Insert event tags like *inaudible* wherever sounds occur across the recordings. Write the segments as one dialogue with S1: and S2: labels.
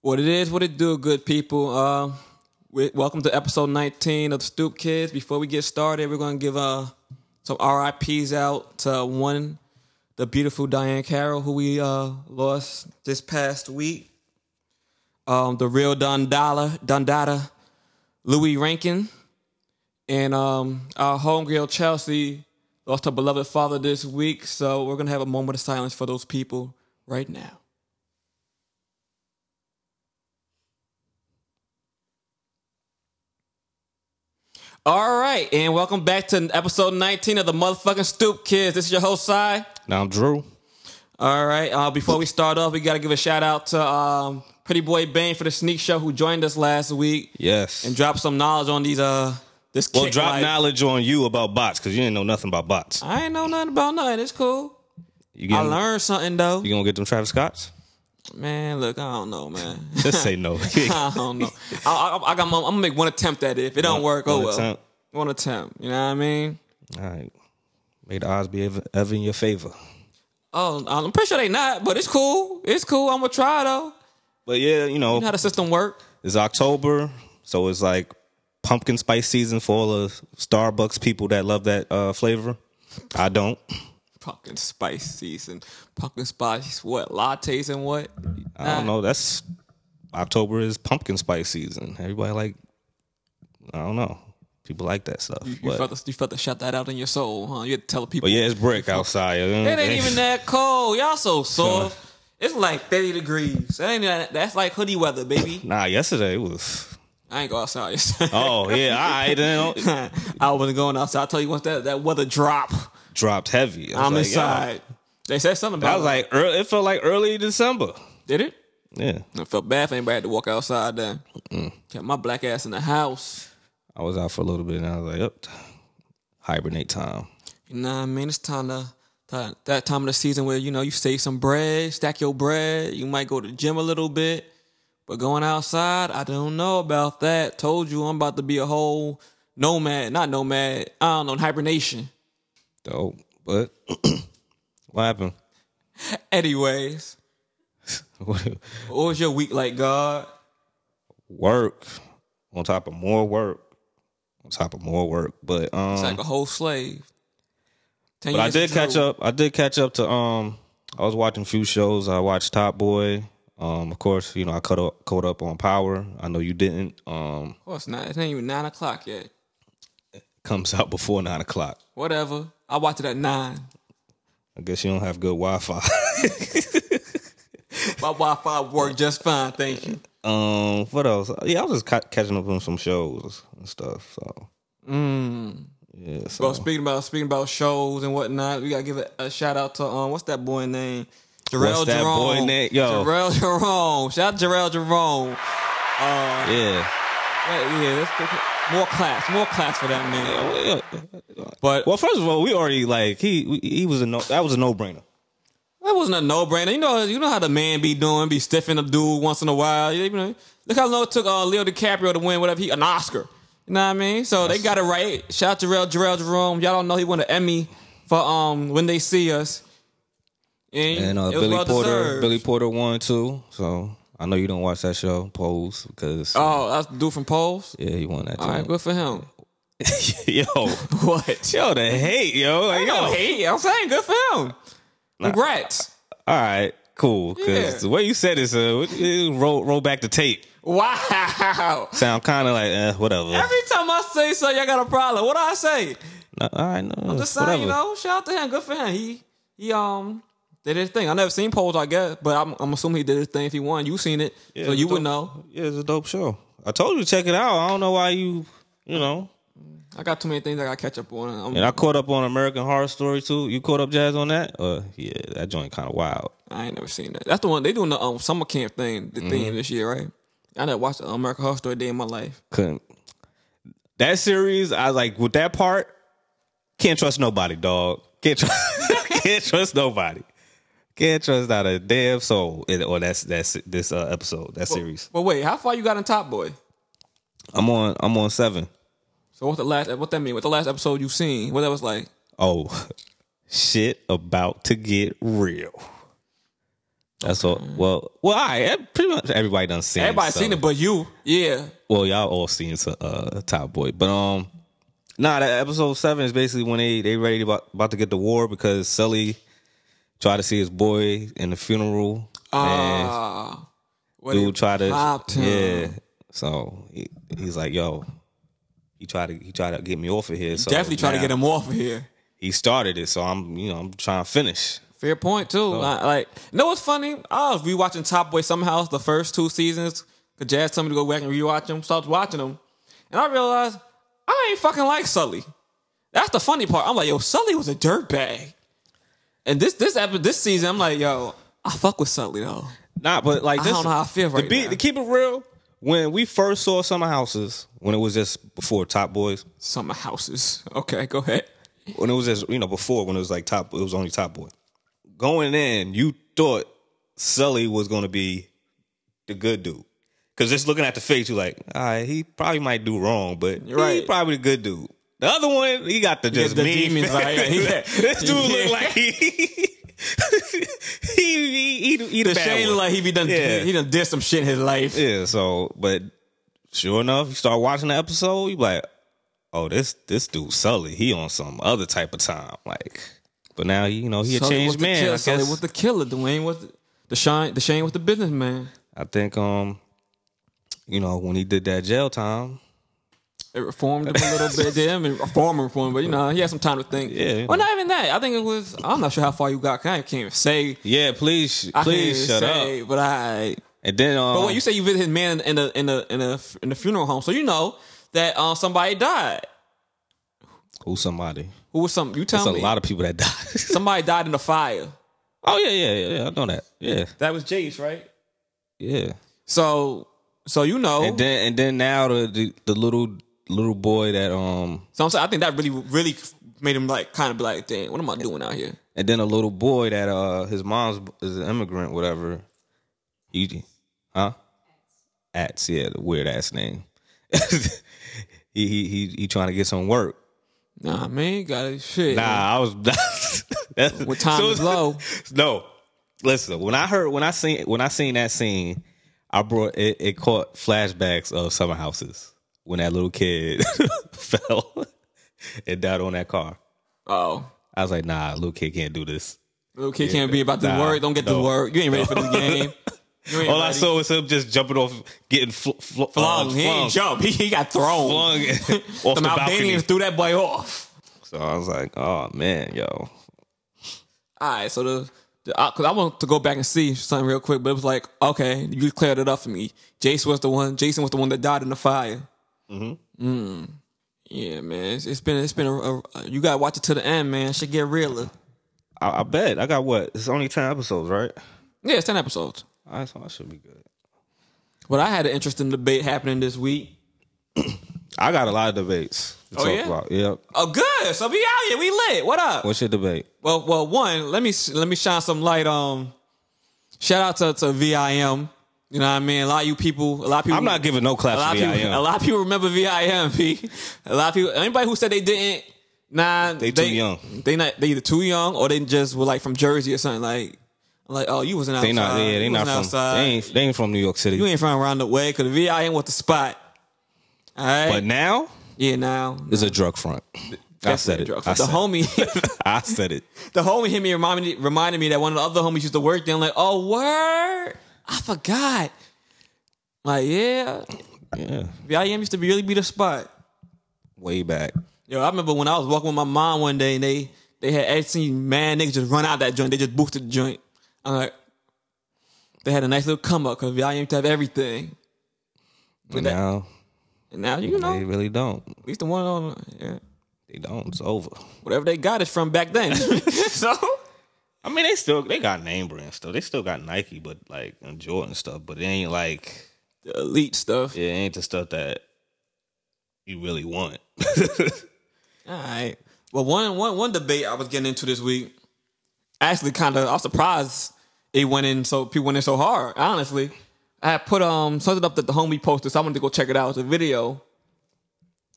S1: What it is, what it do, good people. Uh, we, welcome to episode 19 of Stoop Kids. Before we get started, we're going to give uh, some RIPs out to one, the beautiful Diane Carroll, who we uh, lost this past week. Um, the real Dondala, Dondada, Louis Rankin. And um, our homegirl, Chelsea, lost her beloved father this week. So we're going to have a moment of silence for those people right now. All right, and welcome back to episode 19 of the motherfucking Stoop Kids. This is your host, Cy.
S2: Now I'm Drew.
S1: All right, uh, before we start off, we got to give a shout out to um, Pretty Boy Bane for the sneak show who joined us last week
S2: Yes.
S1: and dropped some knowledge on these, uh, this
S2: well,
S1: kick
S2: drop
S1: life.
S2: knowledge on you about bots because you didn't know nothing about bots.
S1: I ain't know nothing about nothing. It's cool.
S2: You
S1: I
S2: gonna,
S1: learned something, though.
S2: You gonna get them Travis Scotts?
S1: Man, look, I don't know,
S2: *laughs*
S1: man.
S2: Just say no.
S1: I don't know. I, I, I got my, I'm going to make one attempt at it. If it don't *laughs* work, oh
S2: One
S1: well.
S2: attempt.
S1: One attempt. You know what I mean?
S2: All right. May the odds be ever, ever in your favor.
S1: Oh, I'm pretty sure they not, but it's cool. It's cool. I'm going to try, though.
S2: But yeah, you know,
S1: You know how the system work?
S2: it's October, so it's like pumpkin spice season for all the Starbucks people that love that uh, flavor. I don't.
S1: Pumpkin spice season. Pumpkin spice, what? Lattes and what?
S2: I
S1: Uh.
S2: don't know. That's October is pumpkin spice season. Everybody like, I don't know. People like that stuff.
S1: You
S2: but,
S1: felt, to, you felt to shut that out in your soul, huh? You had to tell people.
S2: but yeah, it's brick outside.
S1: It ain't even that cold. Y'all
S2: *laughs*
S1: so soft. It's like 30 degrees. That ain't that, that's like hoodie weather, baby.
S2: Nah, yesterday it was.
S1: I ain't go outside. *laughs*
S2: Oh yeah, all right. Then it
S1: I wasn't going outside. I tell you once that, that weather drop,
S2: dropped heavy. I was
S1: I'm
S2: like,
S1: inside. They said something
S2: yo.
S1: about
S2: I was
S1: it.
S2: like, early, it felt like early December.
S1: Did it?
S2: Yeah,
S1: I felt bad for anybody had to walk outside then. Kept my black ass in the house.
S2: I was out for a little bit, and I was like, up, hibernate time.
S1: You know what I mean? It's time to, time- that time of the season where you know you save some bread, stack your bread. You might go to the gym a little bit, but going outside, I don't know about that. Told you I'm about to be a whole nomad, not nomad. I don't know hibernation.
S2: Dope. But *clears throat* what happened? *laughs*
S1: Anyways, what was your week like, God?
S2: work on top of more work on top of more work. But um,
S1: It's like a whole slave. Ten
S2: But I
S1: years
S2: did
S1: of
S2: catch
S1: Drew.
S2: up. I did catch up to um. I was watching a few shows. I watched Top Boy. Um, of course, you know I caught up, caught up on Power. I know you didn't. Um,
S1: Of course not. It ain't even nine o'clock yet.
S2: comes *laughs* out before nine o'clock.
S1: Whatever. I watch it at nine.
S2: I guess you don't have good Wi-Fi. *laughs*
S1: My Wi-Fi worked just fine, thank you.
S2: um, what else? Yeah, I was just ca- catching up on some shows and stuff. So, yeah. So
S1: Well, speaking about speaking about shows and whatnot, we gotta give a, a shout out to um, what's that boy name? Jarrell
S2: What's that
S1: Jerome.
S2: boy name? Yo.
S1: Jarrell *laughs* Jerome. Shout out Jarrell Jerome.
S2: yeah.
S1: Yeah, yeah, that's more class, more class for that man. But
S2: Well, first of all, we already like he he was a no that was a no brainer.
S1: that wasn't a no brainer. You know, you know how the man be doing, be stiffing a dude once in a while. You know, look how long it took uh, Leo DiCaprio to win whatever he an Oscar. You know what I mean? So they got it right. Shout out Jarrell Jarrell Jerome. Y'all don't know he won an Emmy for um when they see us. And,
S2: And uh,
S1: it was
S2: Billy
S1: well
S2: Porter,
S1: deserved.
S2: Billy Porter won too. So I know you don't watch that show, Pose, because
S1: Oh, that's the dude from Poles.
S2: yeah, he won that.
S1: All right,
S2: joint.
S1: good for him. *laughs*
S2: *laughs* yo,
S1: What?
S2: yo, the hate, yo, like, yo.
S1: No
S2: All
S1: hate. I'm saying good for him. Congrats.
S2: right, cool. Because
S1: Yeah.
S2: the way you said it, so it- it roll roll back the tape.
S1: Wow.
S2: Sound kind of like eh, whatever.
S1: Every time I say so, y'all got a problem. What do I say?
S2: No, all right, no,
S1: Just saying,
S2: whatever.
S1: you know, shout out to him. Good for him. He he um did his thing. I never seen Poles, I guess, but I'm, I'm assuming he did his thing. If he won, you seen it, so you would
S2: don't-
S1: know.
S2: Yeah, it's a dope show. I told you to check it out. I don't know why you, you know.
S1: I got too many things I got to catch up on. I'm,
S2: And I caught up on American Horror Story too. You caught up, Jazz, on that? Uh, yeah, that joint kind of wild.
S1: I ain't never seen that. That's the one they doing the um, summer camp thing, the
S2: Mm-hmm.
S1: thing this year, right? I never watched um, American Horror Story a day in my life.
S2: couldn't. That series, I was like with that part. Can't trust nobody, dog. Can't trust. *laughs* can't trust nobody. Can't trust not a damn soul. In, or that's that's this uh, episode, that series.
S1: But wait, how far you got in Top Boy?
S2: I'm on. I'm on seven.
S1: So what's the last? What that mean? What the last episode you seen? What that was
S2: *laughs*
S1: like?
S2: Oh, shit! About to get real. That's all. Well, well, I pretty much everybody done seen.
S1: Everybody
S2: some.
S1: seen it, but you, yeah.
S2: Well, y'all all seen some, uh, Top Boy, but um, nah, that episode seven is basically when they they ready about about to get the war because Sully tried to see his boy in the funeral. and
S1: Ah, what
S2: dude tried to
S1: popped
S2: yeah.
S1: him.
S2: So he, he's like, yo, he tried to he tried to get me off of here. So
S1: Definitely trying to
S2: now
S1: get him off of here.
S2: He started it, so I'm you know I'm trying to finish.
S1: Fair point too. I, like, you know what's funny? I was rewatching Top Boy somehow the first two seasons. Cause Jazz told me to go back and rewatch them. Stopped watching them, and I realized I ain't fucking like Sully. That's the funny part. I'm like, yo, Sully was a dirtbag. And this this episode, this season, I'm like, yo, I fuck with Sully though.
S2: Nah, but like
S1: I
S2: this,
S1: don't know how I feel
S2: to
S1: right
S2: be
S1: now.
S2: to keep it real. When we first saw Summer Houses, when it was just before Top Boys,
S1: Summer houses. Okay, go ahead.
S2: when it was just you know before when it was like Top, it was only Top Boy. Going in, you thought Sully was going to be the good dude because just looking at the face, you're like, all right, he probably might do wrong, but he
S1: Right.
S2: probably the good dude. The other one, he got the just
S1: the
S2: mean
S1: demons,
S2: face.
S1: like, yeah.
S2: *laughs* this dude look
S1: Yeah.
S2: like he *laughs* he he, he, he the,
S1: The
S2: bad
S1: Shane
S2: one.
S1: look like he be done
S2: Yeah.
S1: he done did some shit in his life.
S2: Yeah, so but sure enough, you start watching the episode, you like, oh, this this dude Sully, he on some other type of time. Like but now he, you know, he a
S1: Sully was
S2: changed
S1: the
S2: man.
S1: Killer.
S2: I,
S1: Sully
S2: guess.
S1: was the killer. Dwayne was the, the shine. The Shane was the businessman.
S2: I think um, you know, when he did that jail time,
S1: It reformed him a little
S2: *laughs*
S1: bit. Did him and reform him, reform him, but you know he had some time to think.
S2: Yeah, you
S1: Well,
S2: know.
S1: not even that. I think it was. I'm not sure how far you got. 'cause I can't even say.
S2: yeah, please
S1: I
S2: please
S1: can't
S2: shut
S1: even say,
S2: up.
S1: But I.
S2: And then um
S1: But when you say you visit his man in the in the in the in the funeral home, so you know that uh, somebody died.
S2: who's somebody?
S1: Who was some? You tell
S2: There's a
S1: me.
S2: lot of people that *laughs* died.
S1: Somebody died in the fire.
S2: oh yeah, yeah, yeah, yeah. I know that. Yeah.
S1: That was Jace, right?
S2: Yeah.
S1: So, so you know.
S2: And then and then now the, the the little little boy that um
S1: so I'm saying I think that really really made him like kind of be like, dang, what am I doing out here?
S2: And then a little boy that uh his mom's is an immigrant, whatever. He, huh? Ats, yeah, the weird ass name. *laughs* he, he he he trying to get some work.
S1: Nah, man, got to shit.
S2: Nah, I was *laughs* that's,
S1: When time is low.
S2: *laughs* No, listen. When I heard when I seen when I seen that scene, I brought it. It caught flashbacks of summer houses when that little kid *laughs* fell *laughs* and died on that car.
S1: Oh.
S2: I was like, nah, little kid can't do this.
S1: Little kid can't be about the
S2: nah,
S1: word. Don't get the
S2: no.
S1: word. You ain't ready for this game. You ain't
S2: *laughs* All I
S1: ready.
S2: saw was him just jumping off, getting fl- fl-
S1: flung.
S2: uh,
S1: he ain't
S2: flung,
S1: jump. He, he got thrown.
S2: flung
S1: *laughs*
S2: *laughs* off the
S1: Some Albanians
S2: balcony.
S1: threw that boy off.
S2: So I was like, oh man, yo,
S1: All right, so the because I want to go back and see something real quick, but it was like, okay, you cleared it up for me. Jason was the one. Jason was the one that died in the fire. Mm-hmm. Mm. Yeah, man, it's, it's been it's been a, a- you gotta watch it to the end, man. Should get realer.
S2: I, I bet I got what? It's only ten episodes, right?
S1: Yeah, it's ten episodes.
S2: I, so I should be good.
S1: But I had an interesting debate happening this week.
S2: I got a lot of debates to
S1: Oh,
S2: talk
S1: yeah?
S2: about. Yep.
S1: Oh, good. So we out here. We lit. What up?
S2: What's your debate?
S1: Well, well, one, let me let me shine some light. Um, shout out to to VIM. You know what I mean? A lot of you people, a lot of people.
S2: I'm not giving no
S1: a lot
S2: claps
S1: of
S2: to
S1: people. A
S2: VIM.
S1: lot of people remember VIM. P. A lot of people. Anybody who said they didn't, nah, they
S2: too young.
S1: They not. They either too young or they just were like from Jersey or something. Like, I'm like, oh, you wasn't outside.
S2: They not, yeah, they
S1: You
S2: not
S1: wasn't
S2: from,
S1: outside.
S2: they ain't, they ain't from New York City.
S1: You ain't from around the way because VIM was the spot. All right.
S2: but now
S1: yeah. Now
S2: it's a drug front. I said it.
S1: Drugs.
S2: I
S1: the
S2: said it. *laughs*
S1: homie.
S2: I said it.
S1: *laughs* the homie hit me reminded me, reminded me that one of the other homies used to work there. I'm like, oh word, I forgot. Like yeah,
S2: Yeah,
S1: VIM used to be, really be the spot.
S2: way back.
S1: Yo, I remember when I was walking with my mom one day and they they had actually seen mad niggas just run out that joint. They just boosted the joint. I'm like, they had a nice little come up because VIM used to have everything.
S2: But
S1: that-
S2: now
S1: And now you know,
S2: they really don't.
S1: at least the one on yeah,
S2: They don't. It's over.
S1: whatever they got is from back
S2: *laughs*
S1: then. *laughs* so
S2: I mean, they still they got name brand stuff. They still got Nike, but like and Jordan stuff. But it ain't like
S1: the elite stuff.
S2: it ain't the stuff that you really want.
S1: All right. Well, one one one debate I was getting into this week, actually, kind of, I'm surprised it went in so people went in so hard. Honestly, I had put um something up that the homie posted, so I wanted to go check it out. It's a video.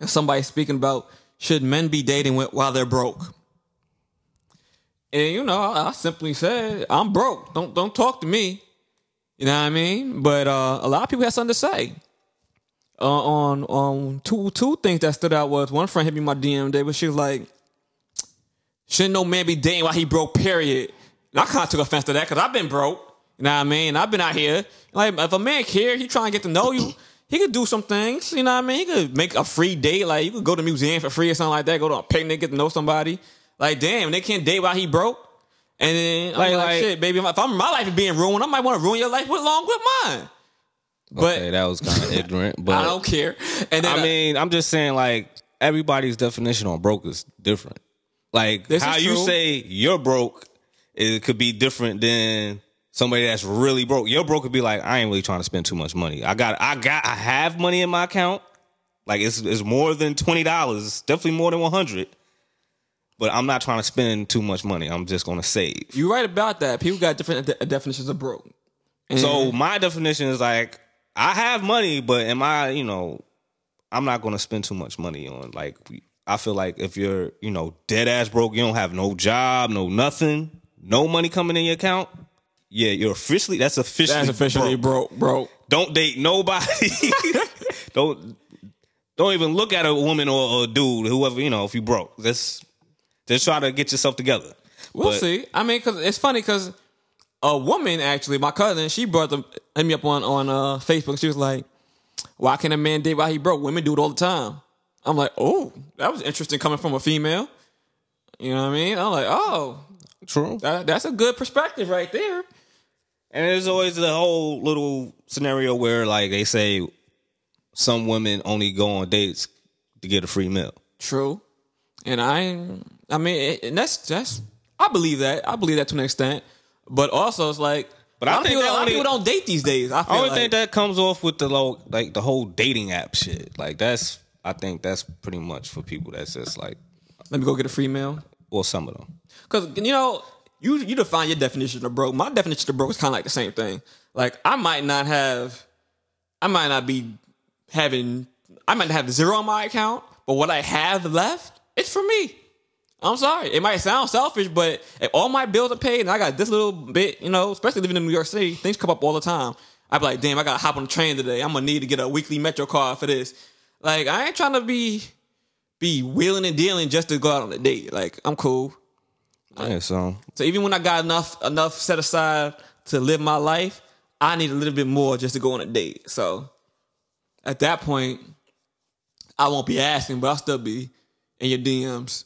S1: And somebody speaking about should men be dating wh- while they're broke? And you know, I, I simply said, I'm broke. Don't don't talk to me. You know what I mean? But uh, a lot of people had something to say. Uh, on on two two things that stood out was one friend hit me in my DM day, but she was like, "Shouldn't no man be dating while he broke?" Period. And I kind of took offense to that because I've been broke. You know what I mean? I've been out here. Like if a man care, he trying to get to know you. He could do some things. You know what I mean? He could make a free date. Like you could go to a museum for free or something like that. Go to a picnic, get to know somebody. Like damn, they can't date while he broke. And then I'm like,
S2: Like- like-
S1: shit, baby, if I'm, my life is being ruined, I might want to ruin your life with along with mine. But
S2: Okay, that was kind *laughs* of ignorant, but
S1: I don't care. And then uh,
S2: I mean, I'm just saying, like everybody's definition on broke is different. Like
S1: This is
S2: how you
S1: true.
S2: say you're broke, it could be different than somebody that's really broke. Your broke could be like, I ain't really trying to spend too much money. I got, I got, I have money in my account. Like it's it's more than twenty dollars, definitely more than one hundred. But I'm not trying to spend too much money. I'm just gonna save.
S1: you're right about that. People got different de- definitions of broke. And
S2: So my definition is like I have money, but am I, you know, I'm not gonna spend too much money on like I feel like if you're, you know, dead ass broke, you don't have no job, no nothing, no money coming in your account. Yeah, you're officially that's officially
S1: that's officially
S2: broke.
S1: broke, broke.
S2: Don't date nobody. *laughs* don't don't even look at a woman or, or a dude, whoever, you know, if you broke. Just just try to get yourself together.
S1: We'll
S2: But-
S1: see. I mean, because it's funny because a woman actually, my cousin, she brought them hit me up on on uh, Facebook. She was like, "Why can't a man date while he broke? Women do it all the time." I'm like, "Oh, that was interesting coming from a female." You know what I mean? I'm like, "Oh,
S2: True.
S1: that, that's a good perspective right there."
S2: And there's always the whole little scenario where like they say some women only go on dates to get a free meal.
S1: True, and I, I mean, it, and that's that's I believe that I believe that to an extent, but also it's like,
S2: But
S1: a
S2: I
S1: lot of
S2: think
S1: people, a
S2: that
S1: lot of
S2: only-
S1: people don't date these days. I feel
S2: I only
S1: like
S2: think that comes off with the low, like the whole dating app shit. Like that's I think that's pretty much for people that's just like
S1: let me go get a free meal
S2: well some of them.
S1: because you know you you define your definition of broke. My definition of broke is kind of like the same thing. Like I might not have, I might not be having, I might have zero on my account, but what I have left, it's for me. I'm sorry. It might sound selfish, but if all my bills are paid and I got this little bit, you know, especially living in New York City, things come up all the time. I'd be like, damn, I gotta hop on the train today. I'm gonna need to get a weekly metro card for this. Like, I ain't trying to be be wheeling and dealing just to go out on a date. Like, I'm cool.
S2: Yeah, so
S1: So even when I got enough enough set aside to live my life, I need a little bit more just to go on a date. So at that point, I won't be asking, but I'll still be in your DMs.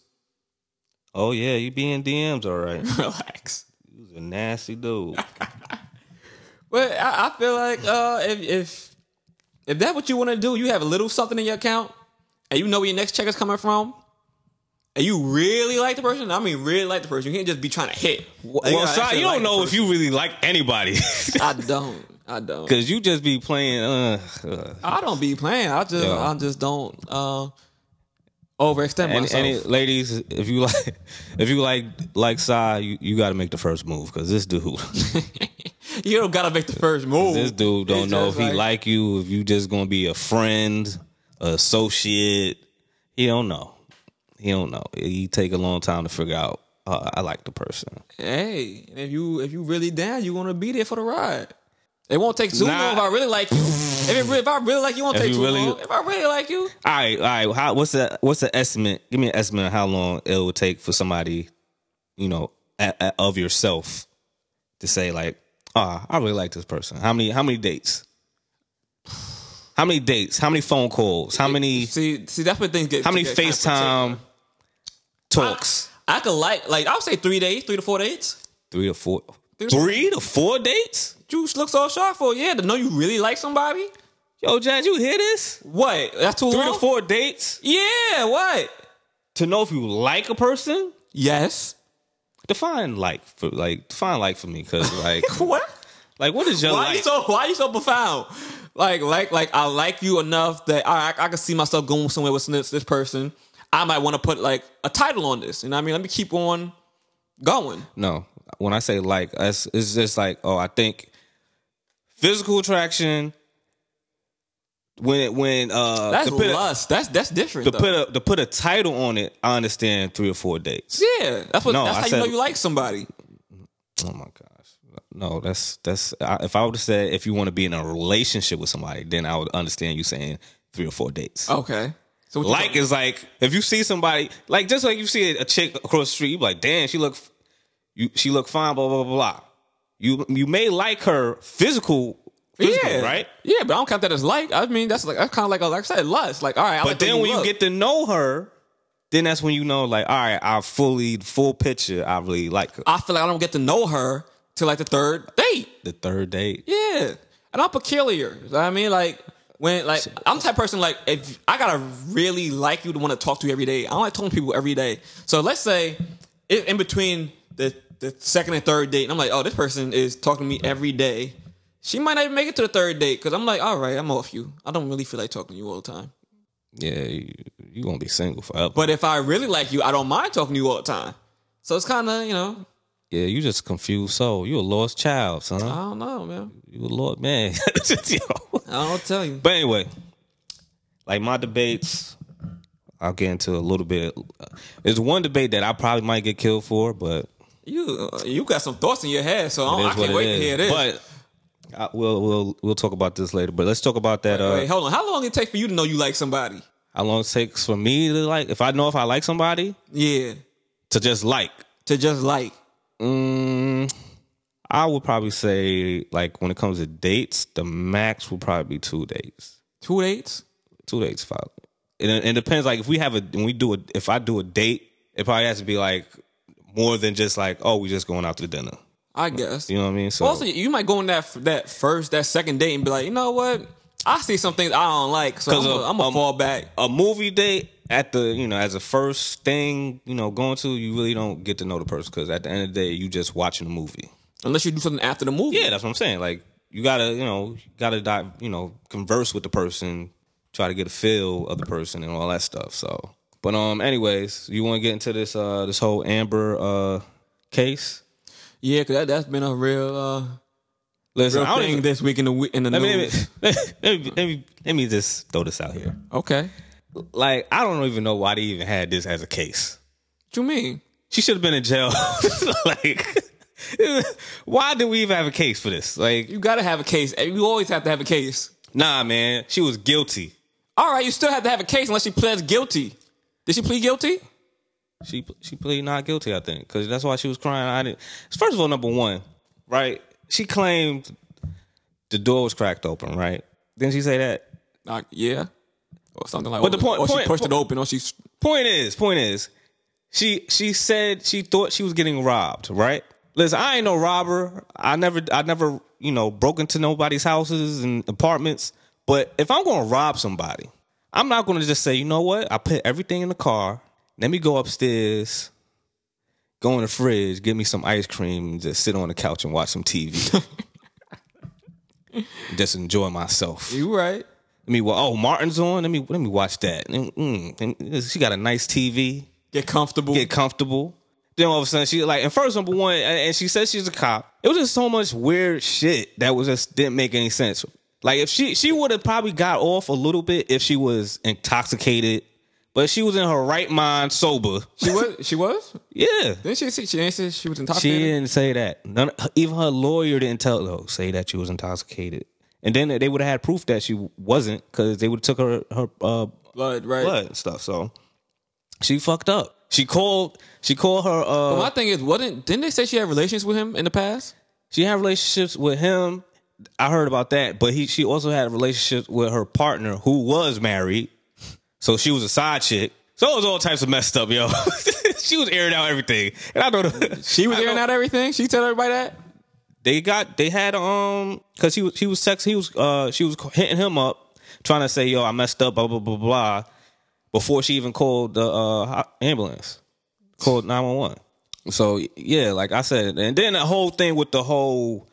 S2: oh yeah, you be in DMs all right.
S1: *laughs* Relax.
S2: You was a nasty *laughs* dude.
S1: But I, I feel like uh, if if if that's what you want to do, you have a little something in your account, and you know where your next check is coming from, and you really like the person. I mean, really like the person. You can't just be trying to hit. Like,
S2: well,
S1: gotta
S2: Si,
S1: actually
S2: you
S1: like
S2: don't
S1: the
S2: know if you really like anybody.
S1: person. I don't. I don't.
S2: *laughs* Cause you just be playing uh, uh
S1: I don't be playing. I just
S2: Yeah.
S1: I just don't uh, overextend
S2: And,
S1: myself.
S2: and it- ladies, if you *laughs* like, if you like, like Sai, you, you got to make the first move because this dude, *laughs*
S1: *laughs* you don't gotta make the first move.
S2: this dude
S1: It's
S2: don't know if
S1: just
S2: he like you, if you just gonna be a friend, associate. He don't know. He don't know. He take a long time to figure out. Uh, I like the person.
S1: Hey, and if you if you really down, you want to be there for the ride. It won't take too
S2: Nah.
S1: long if I really like you. If, it, re- if I really like you, it won't
S2: If
S1: take
S2: you
S1: too
S2: really-
S1: long. If I really like you,
S2: All right, all right. How, what's the what's the estimate? Give me an estimate of how long it would take for somebody, you know, a, a, of yourself, to say like, ah, I really like this person. How many how many dates? How many dates? How many phone calls? How many
S1: see see that's when things get.
S2: how many
S1: get kinda
S2: FaceTime talks?
S1: particular. I could like like I would say three days, three to four dates.
S2: Three to four.
S1: Three-
S2: Three to four dates?
S1: You look so sharp for yeah to know you really like somebody.
S2: Yo, Jazz, you hear this?
S1: What? That's too
S2: Three
S1: long.
S2: to four dates
S1: Yeah. What?
S2: to know if you like a person?
S1: Yes. *laughs*
S2: Define like for like define like for me, cause like *laughs*
S1: What?
S2: like what is your
S1: Why
S2: like?
S1: you so why you so profound? Like like like I like you enough that I I, I can see myself going somewhere with this, this person. I might want to put like a title on this. You know what I mean? Let me keep on going.
S2: No, when I say like, it's, it's just like, oh, I think physical attraction, when when uh
S1: That's
S2: to put a,
S1: lust. that's that's different.
S2: to
S1: though.
S2: put a to put a title on it, I understand three or four dates.
S1: yeah, that's what.
S2: No,
S1: that's
S2: I
S1: how you
S2: said-
S1: know you like somebody.
S2: Oh my gosh. No, that's that's I, if I would have said if you want to be in a relationship with somebody, then I would understand you saying three or four dates.
S1: Okay. So what you-
S2: Like is like if you see somebody like just like you see a, a chick across the street, you be like, damn, she look you she look fine, blah blah blah blah. You you may like her physical, physical
S1: yeah,
S2: right?
S1: Yeah, but I don't count that as like. I mean, that's like that's kind of like a, like I said, lust. Like all right, I
S2: But
S1: like the way
S2: then when you
S1: look.
S2: get to know her, then that's when you know like, all right, I fully full picture, I really like her.
S1: I feel like I don't get to know her till like the third date.
S2: The third date.
S1: Yeah, and I'm peculiar. You know what I mean, like when like I'm the type of person like if I gotta really like you to want to talk to you every day. I don't like talking to people every day. So let's say in, in between the the second and third date, and I'm like, oh, this person is talking to me every day. She might not even make it to the third date because I'm like, all right, I'm off you. I don't really feel like talking to you all the time.
S2: Yeah, you, you gonna be single forever.
S1: But if I really like you, I don't mind talking to you all the time. So it's kind of you know,
S2: Yeah, you just confused soul. You a lost child, son.
S1: I don't know, man.
S2: You a lost man. *laughs* Yo.
S1: I don't tell you.
S2: But anyway, like my debates, I'll get into a little bit. There's one debate that I probably might get killed for, but
S1: You you got some thoughts in your head, so Oh, I,
S2: it
S1: don't-
S2: is
S1: I
S2: what
S1: can't wait
S2: it
S1: to
S2: is.
S1: hear this.
S2: But I, we'll we'll we'll talk about this later. But let's talk about that. uh,
S1: Wait, hold on. How long it take for you to know you like somebody?
S2: How long it takes for me to like? If I know if I like somebody,
S1: Yeah,
S2: to just like,
S1: to just like.
S2: mm, I would probably say like when it comes to dates, the max will probably be two dates.
S1: Two dates?
S2: two dates five. It, it depends. Like if we have a when we do a if I do a date, it probably has to be like more than just like oh we just going out to dinner.
S1: I guess.
S2: You know what I mean? So
S1: Also, you might go on that that first, that second date and be like, you know what? I see some things I don't like, so I'm
S2: 'Cause of-
S1: gonna
S2: um,
S1: fall back.
S2: a movie date at the you know as a first thing you know going to you really don't get to know the person because at the end of the day you just watching a movie.
S1: Unless you do something after the movie.
S2: Yeah, that's what I'm saying. Like you gotta you know you gotta dive you know converse with the person, try to get a feel of the person and all that stuff. So. But um, anyways, you want to get into this uh this whole Amber uh case?
S1: yeah, because that, that's been a real, uh,
S2: Listen,
S1: real
S2: I don't
S1: thing
S2: even,
S1: this week in the we- in the
S2: let, me,
S1: news.
S2: *laughs* let, me, let, me, let me let me just throw this out here.
S1: Okay, what
S2: Like, I don't even know why they even had this as a case.
S1: you mean?
S2: She should have been in jail. *laughs* like, *laughs* why did we even have a case for this? Like,
S1: You gotta have a case. You always have to have a case.
S2: nah, man, she was guilty.
S1: All right, you still have to have a case unless she pleads guilty. Did she plead guilty?
S2: She she pleaded not guilty, I think, because that's why she was crying. I didn't. First of all, number one, right? She claimed the door was cracked open, right? Didn't she say that?
S1: Uh, yeah, or something like.
S2: But
S1: or,
S2: the point-
S1: or
S2: point-
S1: she pushed
S2: point-
S1: it open, or she.
S2: Point is, point is, she she said she thought she was getting robbed, right? Listen, I ain't no robber. I never I never, you know, broke into nobody's houses and apartments. But if I'm gonna rob somebody, I'm not gonna just say, you know what? I put everything in the car. Let me go upstairs, go in the fridge, get me some ice cream, and just sit on the couch and watch some TV. just enjoy myself.
S1: You right?
S2: Let me well, oh Martin's on. Let me let me watch that. Mm, mm, mm. she got a nice TV.
S1: Get comfortable.
S2: Get comfortable. Then all of a sudden she like and first number one, and and she says she's a cop. It was just so much weird shit that was just didn't make any sense. Like if she she would have probably got off a little bit if she was intoxicated, but she was in her right mind sober.
S1: she was. She was.
S2: Yeah.
S1: Didn't she? She, she didn't say she was
S2: She
S1: intoxicated.
S2: didn't say that. None, even her lawyer didn't tell her. Say that she was intoxicated, and then they would have had proof that she wasn't because they would have took her her uh,
S1: Blood, right?
S2: blood and stuff. So she fucked up. She called. She called her. Uh,
S1: My thing is, wasn't didn't they say she had relations with him in the past?
S2: she had relationships with him. I heard about that, but he. She also had relationships with her partner who was married. So she was a side chick. So it was all types of messed up, yo. *laughs* she was airing out everything, and I don't know.
S1: She was
S2: I
S1: airing
S2: know-
S1: out everything. She told everybody that.
S2: They got. They had um because he was. He was texting. He was. Uh, she was hitting him up, trying to say, "Yo, I messed up." Blah blah blah blah. Before she even called the uh, ho- ambulance. called 911. So yeah, like I said, and then the whole thing with the whole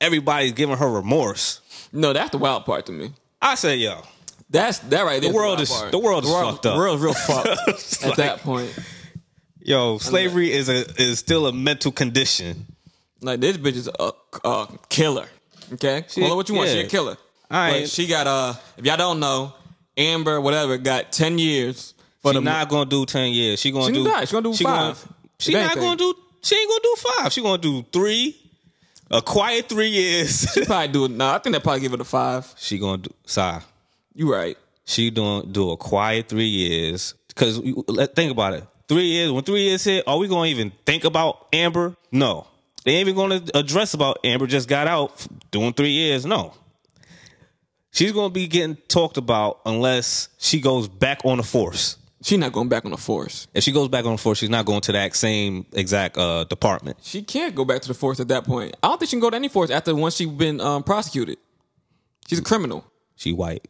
S2: everybody's giving her remorse.
S1: No, that's the wild part to me.
S2: I say, yo,
S1: That's that right. The
S2: world is- the world is fucked
S1: The
S2: up.
S1: world is real
S2: *laughs*
S1: fucked at that point.
S2: yo, slavery is a is still a mental condition.
S1: Like this bitch is a, a killer. Okay, call her what you want.
S2: yeah.
S1: She a killer.
S2: All right.
S1: But she got uh if y'all don't know, Amber, whatever, got ten years for
S2: She
S1: the
S2: not gonna do ten years. She gonna
S1: She
S2: do.
S1: not. She gonna do five,
S2: gonna- she
S1: if
S2: not
S1: anything.
S2: gonna do. She ain't gonna do five. She gonna do three. A quiet three years. *laughs*
S1: She probably do it. Nah, I think they probably give it a five.
S2: she gonna do. Sorry.
S1: You right.
S2: She doing do a quiet three years. Cause you- let- think about it. Three years. When three years hit, are we gonna even think about Amber? No. They ain't even gonna address about Amber just got out f- doing three years. No. She's gonna be getting talked about unless she goes back on the force.
S1: She not going back on the force.
S2: If she goes back on the force, she's not going to that same exact uh, department.
S1: She can't go back to the force at that point. I don't think she can go to any force after once she's been um, prosecuted. She's a criminal.
S2: She white.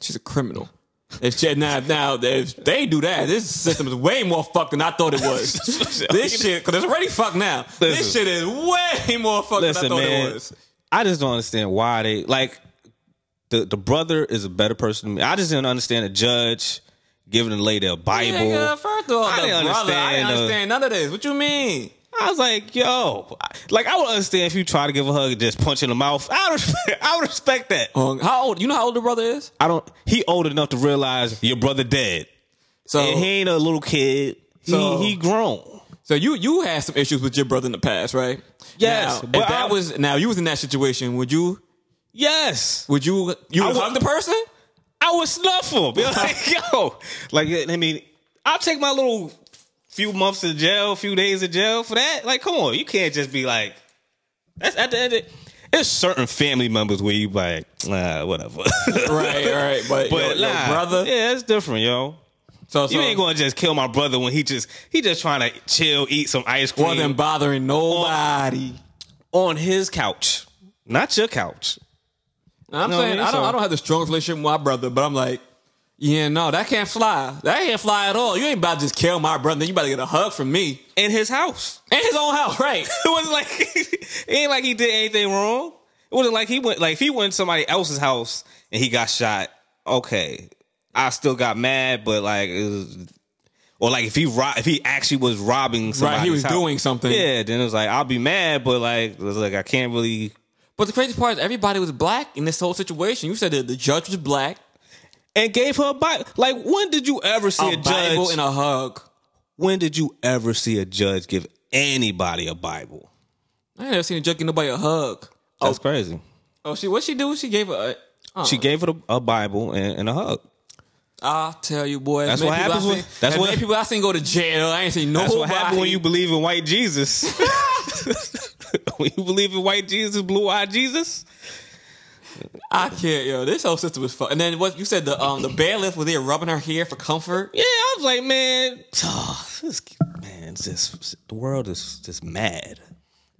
S1: She's a criminal. If she, now, now, if they do that, this system is way more fucked than I thought it
S2: *laughs*
S1: was. this shit, because it's already fucked now. This
S2: Listen.
S1: shit is way more fucked
S2: Listen,
S1: than I thought
S2: man,
S1: it was.
S2: I just don't understand why they like the the brother is a better person than me. I just didn't understand a judge giving the lady a Bible.
S1: Nigga, first of all,
S2: I
S1: the
S2: didn't
S1: brother, I didn't
S2: understand, uh,
S1: understand none of this. What you mean?
S2: I was like, yo, I- like I would understand if you try to give a hug and just punch in the mouth. I would *laughs* respect, I would respect that.
S1: Um, how old? You know how old the brother is?
S2: I don't. He old enough to realize your brother dead,
S1: So,
S2: and he ain't a little kid.
S1: Oh. So-
S2: he he grown.
S1: so you you had some issues with your brother in the past, right?
S2: Yes,
S1: Now,
S2: but
S1: if that
S2: I-
S1: was now you was in that situation, would you
S2: Yes.
S1: would you you
S2: I
S1: would
S2: would-
S1: hug the person?
S2: I would snuff him. Be like,
S1: *laughs*
S2: yo, like I mean, I'll take my little few months in jail, few days in jail for that. Like, come on, you can't just be like, that's at the end. Of, it's certain family members where you like, nah, whatever.
S1: Right, right.
S2: *laughs*
S1: But, your,
S2: But
S1: your
S2: nah,
S1: brother,
S2: yeah, it's different, yo.
S1: so, so
S2: You ain't gonna just kill my brother when he just he just trying to chill, eat some ice cream
S1: wasn't bothering nobody.
S2: on his couch, not your couch.
S1: I'm
S2: No, I
S1: saying
S2: mean,
S1: I don't
S2: so-
S1: I don't have the strongest relationship with my brother, but I'm like, yeah, no, that can't fly. That can't fly at all. You ain't about to just kill my brother. You about to get a hug from me
S2: In his house,
S1: in his own house,
S2: *laughs*
S1: right?
S2: It wasn't like it ain't like he did anything wrong. It wasn't like he went like if he went to somebody else's house and he got shot. Okay, I still got mad, but like, it was, or like if he ro- if he actually was robbing somebody,
S1: Right, he was doing something.
S2: Yeah, then it was like I'll be mad, but like it was like I can't really.
S1: But the crazy part is everybody was black in this whole situation. You said that the judge was black,
S2: And gave her a Bible. Like when did you ever see a,
S1: a
S2: judge?
S1: Bible, and a hug.
S2: when did you ever see a judge give anybody a Bible?
S1: I ain't never seen a judge give nobody a hug. Oh, Uh-uh.
S2: That's crazy.
S1: oh, she what she do? She gave her. A,
S2: She gave her a, a Bible and, and a hug.
S1: I'll tell you, boy.
S2: That's what happens when- that's
S1: that's
S2: what-
S1: what people I seen go to jail. I ain't seen nobody.
S2: That's what happened when you believe in white Jesus. *laughs* when you believe in white Jesus, blue eyed Jesus.
S1: I can't, yo. This whole system was fucked. And then what you said the um the bailiff was there rubbing her hair for comfort.
S2: Yeah, I was like, man, *sighs* this, man, this, the world is just mad.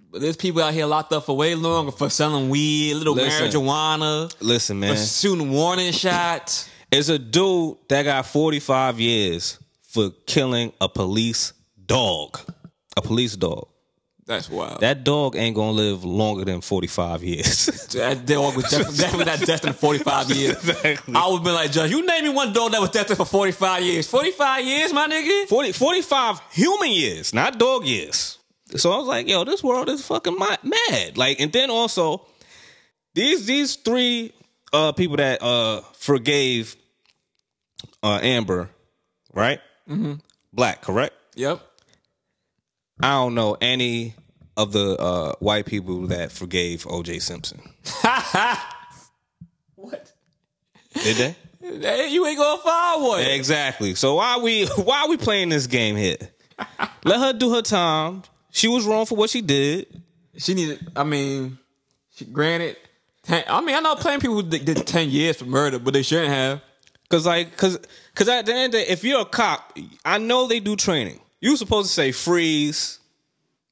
S1: But there's people out here locked up for way longer for selling weed, little
S2: Listen.
S1: marijuana,
S2: Listen,
S1: for
S2: man,
S1: shooting warning shots.
S2: it's a dude that got 45 years for killing a police dog. A police dog.
S1: That's wild. That,
S2: That dog ain't gonna live longer than 45 years. *laughs*
S1: dog was def- definitely not destined for 45 years.
S2: Exactly.
S1: I would have been like, Judge, you name me one dog that was destined for 45 years. 45 years, my nigga?
S2: 40, 45 human years, not dog years. So I was like, yo, this world is fucking ma- mad. Like, and then also, these these three uh people that uh forgave uh Amber, right? Mm-hmm. Black, correct?
S1: Yep.
S2: I don't know any of the uh white people that forgave OJ Simpson.
S1: What?
S2: Did they?
S1: Hey, you ain't gonna find one.
S2: Exactly. So why we why we playing this game here? Let her do her time. She was wrong for what she did.
S1: She needed. I mean, she, granted, ten, I mean, I know plenty of people who did, did ten years for murder, but they shouldn't have.
S2: Cause like, cause, cause at the end of the day, if you're a cop, I know they do training. You supposed to say freeze.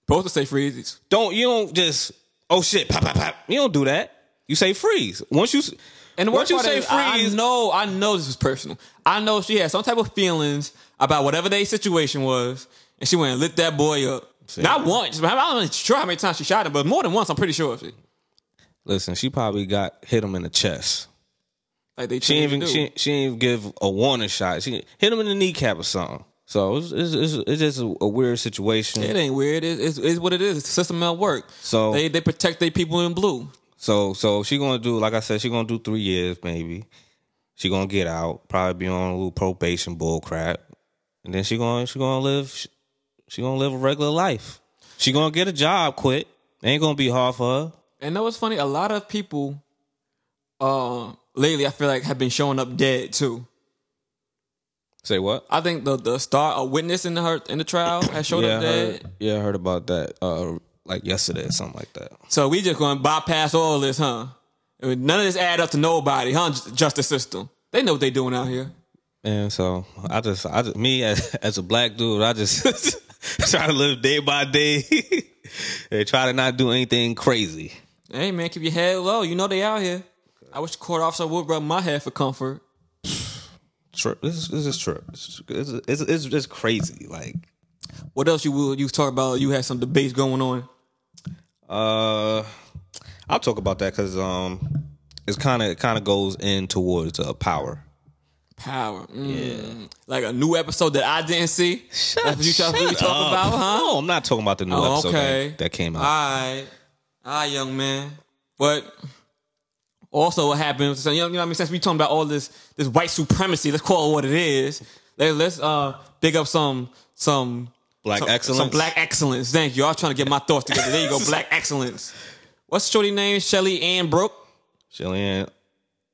S1: Supposed to say freezes.
S2: Don't you don't just oh shit pop pop pop. You don't do that. You say freeze. Once you s-
S1: And the
S2: once
S1: worst
S2: you
S1: part
S2: say
S1: is, I-
S2: freeze,
S1: I know, I know this was personal. I know she had some type of feelings about whatever their situation was, and she went and lit that boy up. Not once. but I'm not sure how many times she shot him, but more than once, I'm pretty sure. of it.
S2: listen, she probably got hit him in the chest.
S1: Like they
S2: She
S1: trained
S2: ain't even
S1: to do.
S2: she, she ain't even give a warning shot. She hit him in the kneecap or something. So it's it's, it's, it's just a, a weird situation.
S1: It ain't weird. It- It's, it's what it is. It's the system at work.
S2: So-
S1: they they protect their people in blue.
S2: So so she gonna do like I said, she gonna do three years maybe. She gonna get out, probably be on a little probation bull crap, and then she gonna she gonna live she, gonna live a regular life. She gonna get a job, quit. Ain't gonna be hard for her.
S1: And know what's funny? A lot of people uh, lately, I feel like, have been showing up dead too.
S2: Say what?
S1: I think the the star, a witness in the her in the
S2: *coughs*
S1: trial, has showed
S2: Yeah, I
S1: up dead.
S2: heard, yeah, I heard about that. Uh, like yesterday or something like that.
S1: So we just going to bypass all this, huh? I mean, none of this add up to nobody, huh? Ju- Justice system. They know what they doing out here.
S2: And so I just, I just, me as as a black dude, I just *laughs* try to live day by day *laughs* and try to not do anything crazy.
S1: Hey man, keep your head low. You know they out here. I wish the court officer would rub my head for comfort.
S2: Trip. This is this is trip. It's it's it's, it's crazy. Like
S1: What else you would you talk about? You had some debates going on.
S2: Uh, I'll talk about that because um, it's kind of it kind of goes in towards uh, power.
S1: Power. Mm. Like a new episode that I didn't see. That's what you trying to talk about, huh?
S2: No, I'm not talking about the new
S1: Oh,
S2: episode
S1: okay.
S2: that, that came out.
S1: Alright. Alright, young man. But also what happened, so, you know, you know what I mean, since we talking about all this this white supremacy, let's call it what it is. Let, let's uh big up some some
S2: Black
S1: some,
S2: excellence.
S1: Some black excellence. Thank you. I was trying to get my thoughts together. There you go, black excellence. What's Shorty name? Shelly Ann Brooke?
S2: Shelly Ann.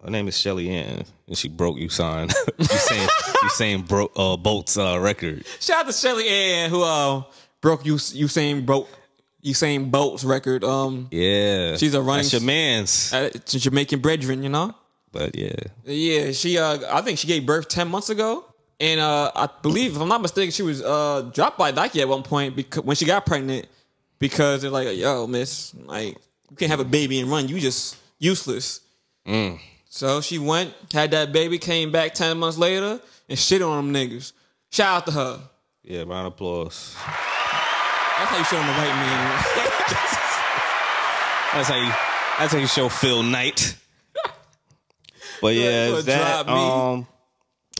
S2: Her name is Shelly Ann, and she broke you sign. *laughs* you saying you saying broke uh, Bolt's uh, record.
S1: Shout out to Shelly Ann who uh broke you Usain broke Usain Bolt's record. Um
S2: Yeah,
S1: She's a running-
S2: That's your man's.
S1: uh, to Jamaican brethren, you know?
S2: But yeah,
S1: Yeah, she. Uh, I think she gave birth ten months ago, and uh, I believe, if I'm not mistaken, she was uh, dropped by Nike at one point because when she got pregnant, because they're like, "Yo, miss, like you can't have a baby and run. You just useless." So she went, had that baby, came back ten months later, and shit on them niggas. Shout out to her.
S2: yeah. Round of applause.
S1: That's how you shit on the white man. *laughs*
S2: That's how you. That's how you show
S1: *laughs*
S2: Phil Knight. But yeah,
S1: you
S2: it's
S1: gonna
S2: that.
S1: drop me.
S2: Um,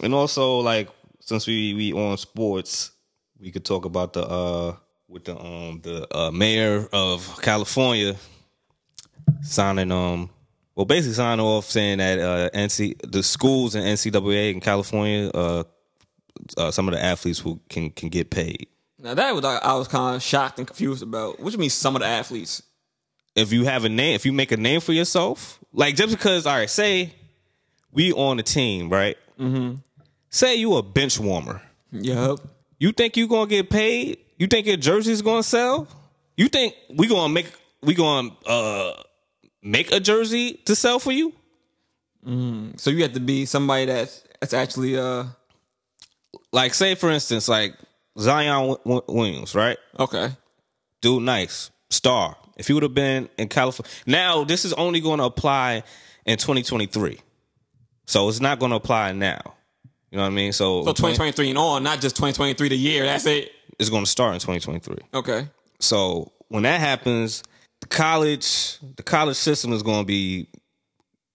S2: and also like since we we on sports, we could talk about the uh with the um the uh, mayor of California signing um well basically signing off saying that uh NC the schools in NCAA in California uh, uh some of the athletes who can can get paid.
S1: now that was I, I was kind of shocked and confused about. What you mean some of the athletes?
S2: if you have a name, if you make a name for yourself, like just because, all right, say we on a team, right? Mm-hmm. Say you a bench warmer.
S1: Yup.
S2: You think you gonna get paid? You think your jersey's gonna sell? You think we gonna make we gonna uh make a jersey to sell for you?
S1: So you have to be somebody that's that's actually uh
S2: Like say for instance, like Zion w- w- Williams, right?
S1: okay.
S2: dude nice star if he would have been in california now this is only going to apply in 2023 so it's not going to apply now you know what i mean so,
S1: So 2023 and on, not just 2023 the year. That's it.
S2: it's going to start in 2023
S1: Okay.
S2: so when that happens the college the college system is going to be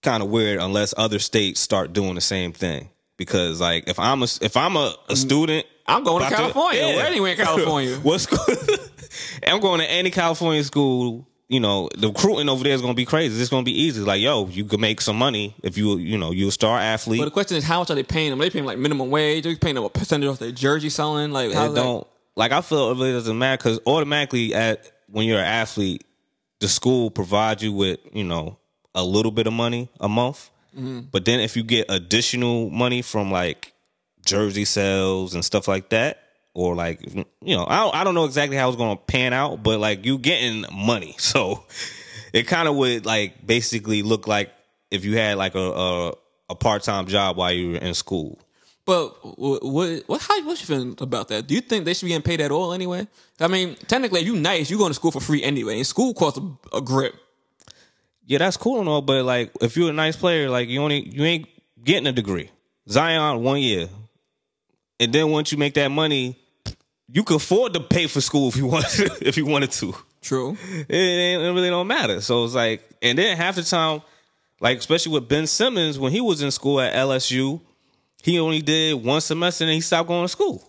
S2: kind of weird unless other states start doing the same thing because like if i'm a if i'm a, a student
S1: I'm going to
S2: About
S1: California.
S2: yeah.
S1: We're anywhere in *laughs* California.
S2: *laughs* what school? I'm going to any California school. You know, the recruiting over there is going to be crazy. It's going to be easy. Like, yo, you could make some money if you, you know, you a star athlete.
S1: but the question is, how much are they paying them? Are they paying like minimum wage? Are they paying them a percentage off their jersey selling? Like, how
S2: it don't like I feel it really doesn't matter because automatically at when you're an athlete, the school provides you with you know a little bit of money a month, but then if you get additional money from like jersey sales and stuff like that, or like you know I don't, I don't know exactly how it's gonna pan out, but like you getting money, *laughs* so it kind of would like basically look like if you had like a a, a part time job while you were in school.
S1: But wh- what what how what you feeling about that? Do you think they should be getting paid at all anyway? I mean, technically, if you nice, you going to school for free anyway, and school costs a, a grip.
S2: yeah, that's cool and all, but like if you're a nice player, like you only you ain't getting a degree. Zion one year, and then once you make that money, you could afford to pay for school if you *laughs* want if you wanted to.
S1: True.
S2: It, ain't, it really don't matter. So it's like, and then half the time, like especially with Ben Simmons when he was in school at LSU, he only did one semester and he stopped going to school.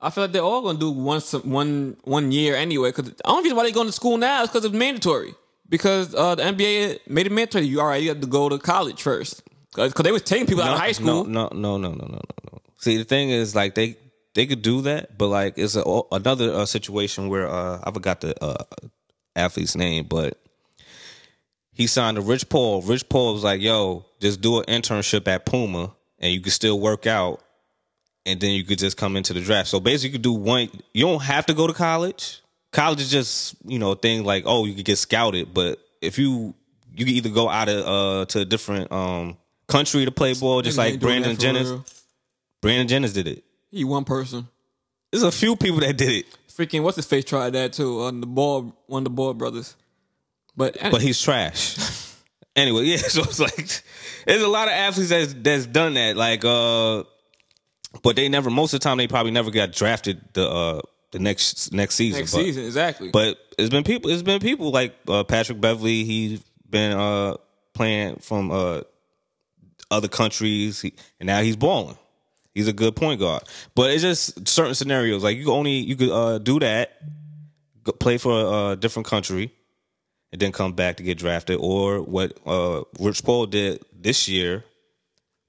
S1: I feel like they're all going to do one sem- one one year anyway. Because the only reason why they going to school now is because it's mandatory. because uh, the NBA made it mandatory. You all right? You had to go to college first because they was taking people out of high school.
S2: No, no, no, no, no, no, no. See, the thing is, like they they could do that, but like it's a, another uh, situation where uh, I forgot the uh, athlete's name, but he signed to Rich Paul. Rich Paul was like, "Yo, just do an internship at Puma, and you can still work out, and then you could just come into the draft." So basically, you could do one. You don't have to go to college. College is just you know a thing like oh you could get scouted, but if you you can either go out of uh to a different um country to play ball, just
S1: Niggas
S2: like
S1: ain't doing
S2: Brandon
S1: that for
S2: Jennings.
S1: real.
S2: Brandon Jennings did it.
S1: He one person.
S2: There's a few people that did it,
S1: Freaking what's his face tried that too on the ball one of the ball brothers. But,
S2: but he's trash. *laughs* anyway, yeah, so it's like there's a lot of athletes that's that's done that. Like uh but they never most of the time they probably never got drafted the uh the next next season.
S1: next
S2: but,
S1: season exactly.
S2: but it's been people it's been people like uh Patrick Beverly, he's been uh playing from uh other countries he, and now he's balling. He's a good point guard. But it's just certain scenarios. Like you could only you could uh do that, go, play for a different country, and then come back to get drafted. Or what uh Rich Paul did this year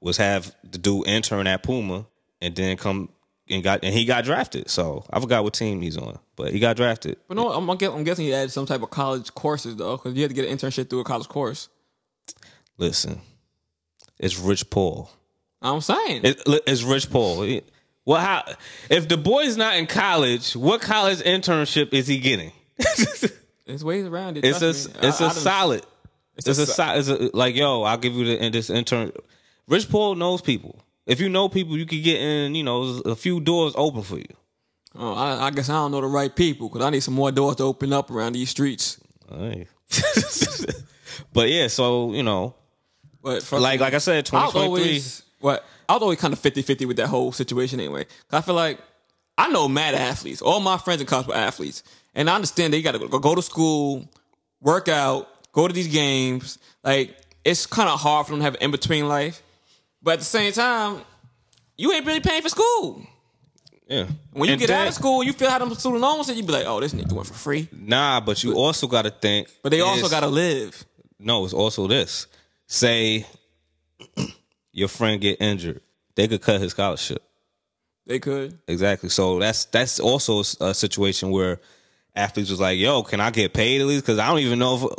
S2: was have the dude intern at Puma and then come and got and he got drafted. So I forgot what team he's on, but he got drafted.
S1: But no, I'm, I'm guess- I'm guessing he had some type of college courses though, because you had to get an internship through a college course.
S2: Listen, it's Rich Paul.
S1: I'm saying
S2: It, it's Rich Paul. Well, how if the boy's not in college, what college internship is he getting?
S1: there's ways around it.
S2: It's a
S1: trust me. I-
S2: it's
S1: I
S2: a
S1: done-
S2: solid. It's, a, solid. It's a, like yo, I'll give you the this intern. Rich Paul knows people. If you know people, you could get in. You know, a few doors open for you.
S1: Oh, I, I guess I don't know the right people because I need some more doors to open up around these streets.
S2: Alright. *laughs* but yeah, so you know,
S1: But for,
S2: like like I said,
S1: I
S2: twenty
S1: was
S2: twenty three.
S1: always what I was always kind of 50-50 with that whole situation anyway. 'Cause I feel like I know mad athletes. All my friends in college were athletes, and I understand they got to go, go to school, work out, go to these games. Like it's kind of hard for them to have an in between life, but at the same time, you ain't really paying for school.
S2: Yeah.
S1: When you
S2: And
S1: get
S2: then-
S1: out of school, you feel how them student loans, and you be like, "Oh, this nigga went for free."
S2: nah, but you also got to think.
S1: But they also
S2: it's-
S1: got to live.
S2: No, it's also this. Say *clears throat* your friend get injured, they could cut his scholarship.
S1: They could.
S2: Exactly. So that's that's also a situation where athletes was like, "Yo, can I get paid at least? Because I don't even know if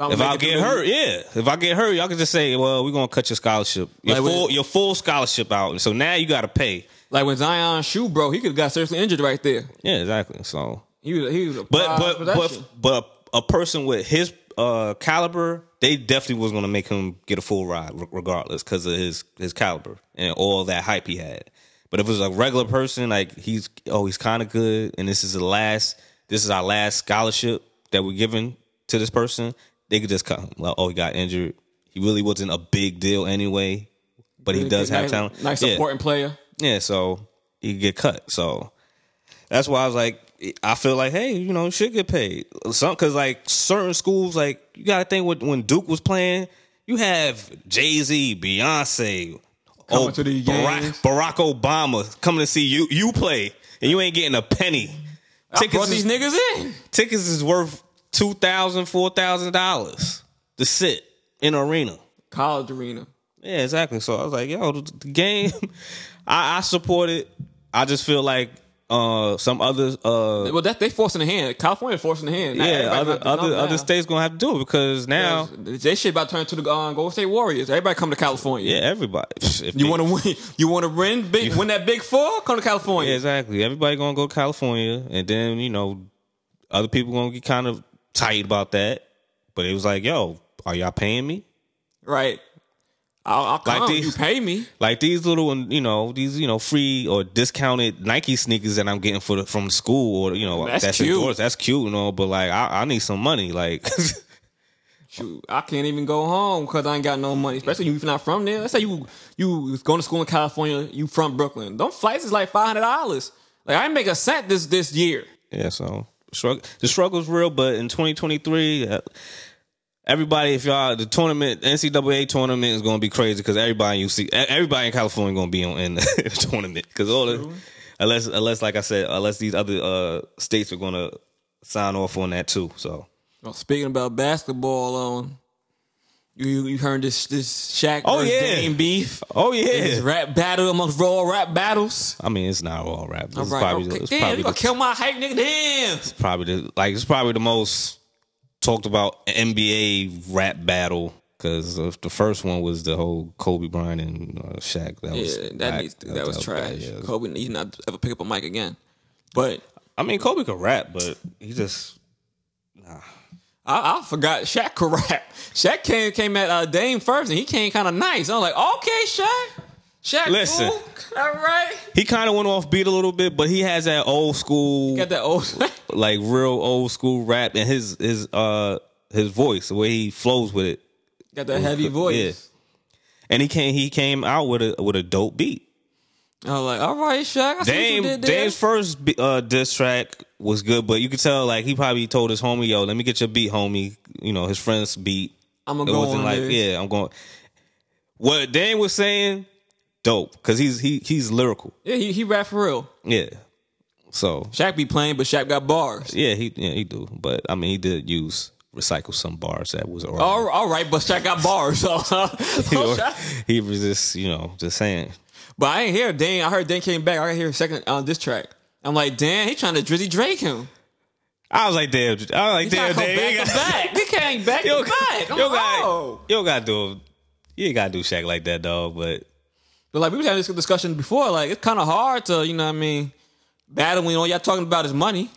S1: I'm
S2: if I
S1: making
S2: get
S1: the
S2: hurt. Yeah, if I get hurt, y'all can just say, "Well, we're gonna cut your scholarship, your
S1: Like when-
S2: full your full scholarship out." And so now you got to pay.
S1: Like when Zion shoe bro, he could have got seriously injured right there.
S2: Yeah, exactly. So
S1: He was he was a
S2: But
S1: prized
S2: but
S1: possession.
S2: but but a person with his uh, caliber, they definitely was gonna make him get a full ride re- regardless because of his his caliber and all that hype he had. But if it was a regular person, like he's oh he's kind of good, and this is the last this is our last scholarship that we're giving to this person, they could just cut him. Like oh he got injured, he really wasn't a big deal anyway, but he does have
S1: nice,
S2: talent.
S1: Nice
S2: Yeah.
S1: supporting player.
S2: Yeah, so he could get cut. So that's why I was like, I feel like, hey, you know, you should get paid. Some because like certain schools, like you got to think with when Duke was playing, you have Jay Z, Beyonce,
S1: Coming to the games.
S2: Barack, Barack Obama coming to see you you play, and you ain't getting a penny.
S1: I
S2: Tickets
S1: brought these
S2: is,
S1: niggas in.
S2: tickets is worth two thousand, four thousand dollars to sit in an arena.
S1: College arena.
S2: Yeah, exactly. So I was like, yo, the the game, *laughs* I, I support it. I just feel like uh some other uh
S1: Well, that they forcing the hand. California forcing the hand. Now
S2: yeah
S1: everybody
S2: other
S1: about to
S2: other
S1: come
S2: other
S1: now.
S2: states gonna have to do it because now
S1: They shit about to turn to the uh, Golden State Warriors. Everybody come to California.
S2: yeah everybody *laughs* if
S1: You
S2: they-
S1: want to win? You want to win? Big win that big four? Come to California.
S2: yeah, exactly everybody gonna go to California and then you know other people gonna get kind of tight about that. But it was like, yo, are y'all paying me?
S1: Right. I'll, I'll
S2: Like
S1: come.
S2: these-
S1: you pay me.
S2: Like these little, you know, these you know free or discounted Nike sneakers that I'm getting for the, from school, or you know,
S1: That's
S2: that's,
S1: cute.
S2: Endorsed, that's cute and all, but like I, I need some money, like. *laughs*
S1: Shoot, I can't even go home because I ain't got no money. Especially if you're not from there. Let's say you you was going to school in California, you from Brooklyn. Them flights is like five hundred dollars. Like I didn't make a cent this this year.
S2: Yeah, so struggle. The struggle's real, but in 2023, uh, everybody, if y'all the tournament, NCAA tournament is going to be crazy because everybody you see, e- everybody in California going to be on in *laughs* the tournament because all the unless unless like I said, unless these other uh states are going to sign off on that too. So
S1: Well, speaking about basketball, um, you you, you heard this this Shaq
S2: Oh,
S1: versus
S2: yeah.
S1: Dame beef,
S2: Oh
S1: this
S2: yeah.
S1: rap battle amongst raw rap battles.
S2: I mean, it's not all rap. It's
S1: All right,
S2: probably,
S1: okay.
S2: it's
S1: damn,
S2: probably
S1: you gonna kill my hype nigga? Damn,
S2: probably the, like it's probably the most talked about NBA rap battle because the first one was the whole Kobe Bryant and uh, Shaq. That was
S1: yeah, that
S2: whack.
S1: needs that, was trash.
S2: bad, yeah.
S1: Kobe, he's not ever pick up a mic again. But
S2: I mean, Kobe could rap, but he just
S1: I, I forgot Shaq could *laughs* rap. Shaq came came at uh, Dame first, and he came kind of nice. I was like, okay, Shaq, Shaq,
S2: Listen.
S1: cool. all right.
S2: he kind of went off beat a little bit, but he has that old school,
S1: Got that old. *laughs*
S2: like real old school rap, and his his uh his voice, the way he flows with it,
S1: Got that heavy voice.
S2: and he came he came out with a with a dope beat.
S1: I was like, all right, Shaq. I see what you
S2: Dame
S1: did there.
S2: Dame's first bi- uh, diss track was good, but you could tell like he probably told his homie, "Yo, let me get your beat, homie." You know, his friend's beat.
S1: I'm
S2: It
S1: gonna go
S2: wasn't
S1: on
S2: like,
S1: this.
S2: yeah, I'm going. What Dame was saying, dope, because he's he he's lyrical.
S1: Yeah, he, he rap for real.
S2: Yeah, so
S1: Shaq be playing, but Shaq got bars.
S2: yeah, he yeah he do, but I mean he did use recycle some bars that was already.
S1: All, all right, but Shaq got bars. So, *laughs* so Shaq-
S2: *laughs* he was just you know just saying.
S1: but I ain't hear Dame. I heard Dame came back. I hear second on this track. I'm like, damn, he trying to drizzy Drake him.
S2: I was like, damn, I was like,
S1: He
S2: damn,
S1: trying to
S2: Dame. you
S1: come back to
S2: got-
S1: back. He came back
S2: *laughs* Yo,
S1: to back. I'm
S2: yo,
S1: like,
S2: got,
S1: oh.
S2: yo, got do. You ain't gotta do Shaq like that, dog. But
S1: But like we was having this discussion before. Like it's kind of hard to, you know, what I mean, battle when all y'all talking about is money.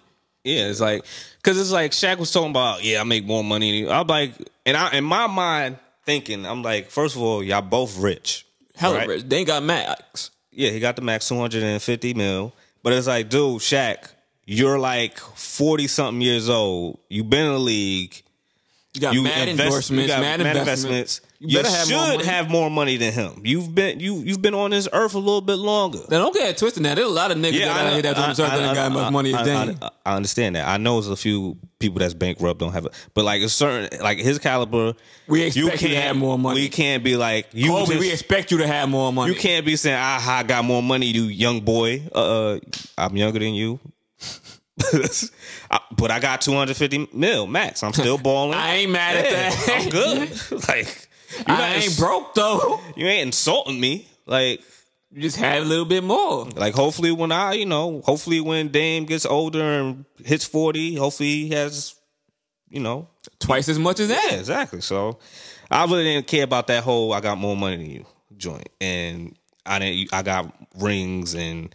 S2: yeah, it's like because it's like Shaq was talking about. Yeah, I make more money. Than you. I'm like, and I in my mind thinking, I'm like, first of all, y'all both rich.
S1: Hella
S2: Right.
S1: rich. They ain't got max.
S2: Yeah, he got the max 250 mil. But it's like, dude, Shaq, you're like 40 something years old. You've been in the league.
S1: You got
S2: you
S1: mad
S2: invest-
S1: endorsements,
S2: you got
S1: mad, investments.
S2: You,
S1: You better have
S2: should
S1: more money.
S2: have more money than him. You've been you you've been on this earth a little bit longer.
S1: Now don't get it twisted. Now there's a lot of niggas that out here that don't deserve that ain't got as much money as Dame.
S2: I, I understand that. I know it's a few people that's bankrupt don't have it, but like a certain like his caliber,
S1: We expect you to have more money.
S2: We can't be like you.
S1: Kobe,
S2: just-
S1: we expect you to have more money.
S2: you can't be saying I, I got more money, you young boy. Uh, I'm younger than you. *laughs* I- but I got 250 mil max.
S1: *laughs*
S2: I'm still balling.
S1: I ain't mad at
S2: Yeah,
S1: that. *laughs*
S2: I'm good. *laughs* like you
S1: I ain't broke though. *laughs*
S2: You ain't insulting me. Like
S1: You just have a little bit more.
S2: Like hopefully when I, you know, hopefully when Dame gets older and hits forty, hopefully he has, you know,
S1: Twice as much as
S2: yeah,
S1: that.
S2: exactly. So I really didn't care about that whole I got more money than you joint, and I didn't. I got rings and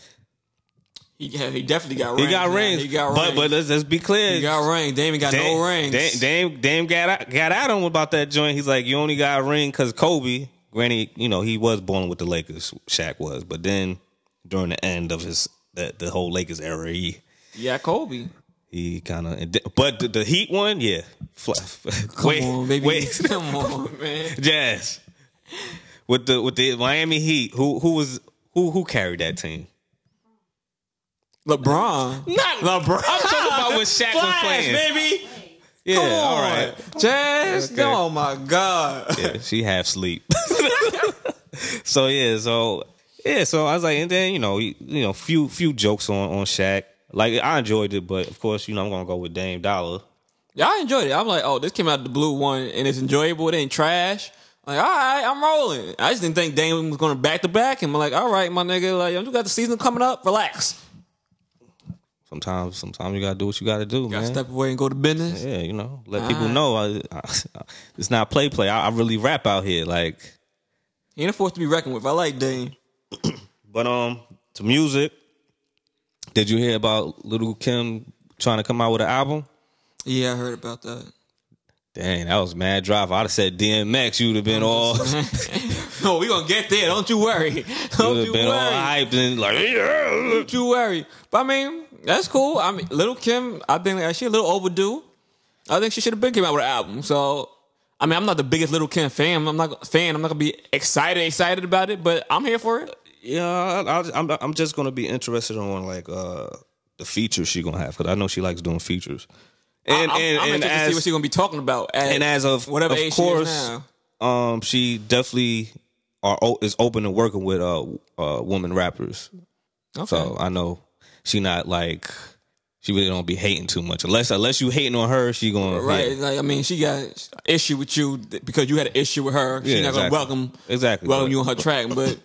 S1: He, yeah, he definitely got rings.
S2: he got
S1: man.
S2: rings.
S1: He got
S2: but
S1: rings.
S2: but let's, let's be clear.
S1: he got rings. Dame ain't got
S2: Dame,
S1: no rings.
S2: Dame, Dame, Dame got at- got at him about that joint. He's like, you only got a ring because Kobe. Granny, you know, he was born with the Lakers. Shaq was, but then during the end of his the, the whole Lakers era, he
S1: Yeah, Kobe.
S2: He kind of, but the, the Heat one, yeah. Fla- *laughs*
S1: Come
S2: wait,
S1: on, baby.
S2: wait,
S1: *laughs*
S2: *laughs*
S1: Come on, man.
S2: Jazz with the with the Miami Heat. Who who was who who carried that team?
S1: LeBron.
S2: Not
S1: LeBron.
S2: I'm talking about when Shaq was
S1: Flash,
S2: playing.
S1: baby.
S2: Yeah,
S1: Come on.
S2: all right.
S1: Jazz.
S2: Okay.
S1: Oh, my God.
S2: Yeah, she half sleep. *laughs* so yeah, so yeah, so I was like, and then you know, you, you know, few few jokes on on Shaq. Like I enjoyed it, but of course, you know, I'm gonna go with Dame Dollar.
S1: Yeah, I enjoyed it. I'm like, oh, this came out of the blue one, and it's enjoyable. It ain't trash. Like, all right, I'm rolling. I just didn't think Dame was going to back to back him. I'm like, all right, my nigga, like, you got the season coming up. Relax.
S2: Sometimes, sometimes you gotta do what you gotta do,
S1: Got to
S2: man.
S1: step away and go to business.
S2: Yeah, you know, let people know I, I, *laughs* it's not play play. I, I really rap out here, like.
S1: He ain't a force to be reckoned with. I like Dame.
S2: But um, to music, did you hear about Little Kim trying to come out with an album?
S1: Yeah, I heard about that.
S2: Dang, that was mad drive. I'd have said DMX. You'd have been *laughs* all, you'd
S1: *laughs* No, we gonna get there. Don't you worry. Don't
S2: have
S1: you
S2: been all
S1: worry.
S2: hyped and like, yeah.
S1: Don't you worry. But I mean, that's cool. I mean, Little Kim, I think like, she a little overdue. I think she should have been came out with an album. So, I mean, I'm not the biggest Little Kim fan. I'm not fan. I'm not gonna be excited excited about it, but I'm here for it.
S2: Yeah, I, I, I'm I'm just gonna be interested on like uh the features she gonna have because I know she likes doing features. And
S1: I'm,
S2: and
S1: I'm
S2: and
S1: interested to see what
S2: as,
S1: she's gonna be talking about. At,
S2: and as of
S1: whatever
S2: of
S1: age
S2: course,
S1: she is now.
S2: um, she definitely are o- is open to working with uh, uh woman rappers.
S1: Okay.
S2: So I know she not like she really don't be hating too much. Unless unless you hating on her, she gonna
S1: Right.
S2: yeah.
S1: Like I mean, she got an issue with you th- because you had an issue with her. She's
S2: Yeah,
S1: not gonna
S2: exactly.
S1: welcome
S2: Exactly.
S1: welcome you on her track. But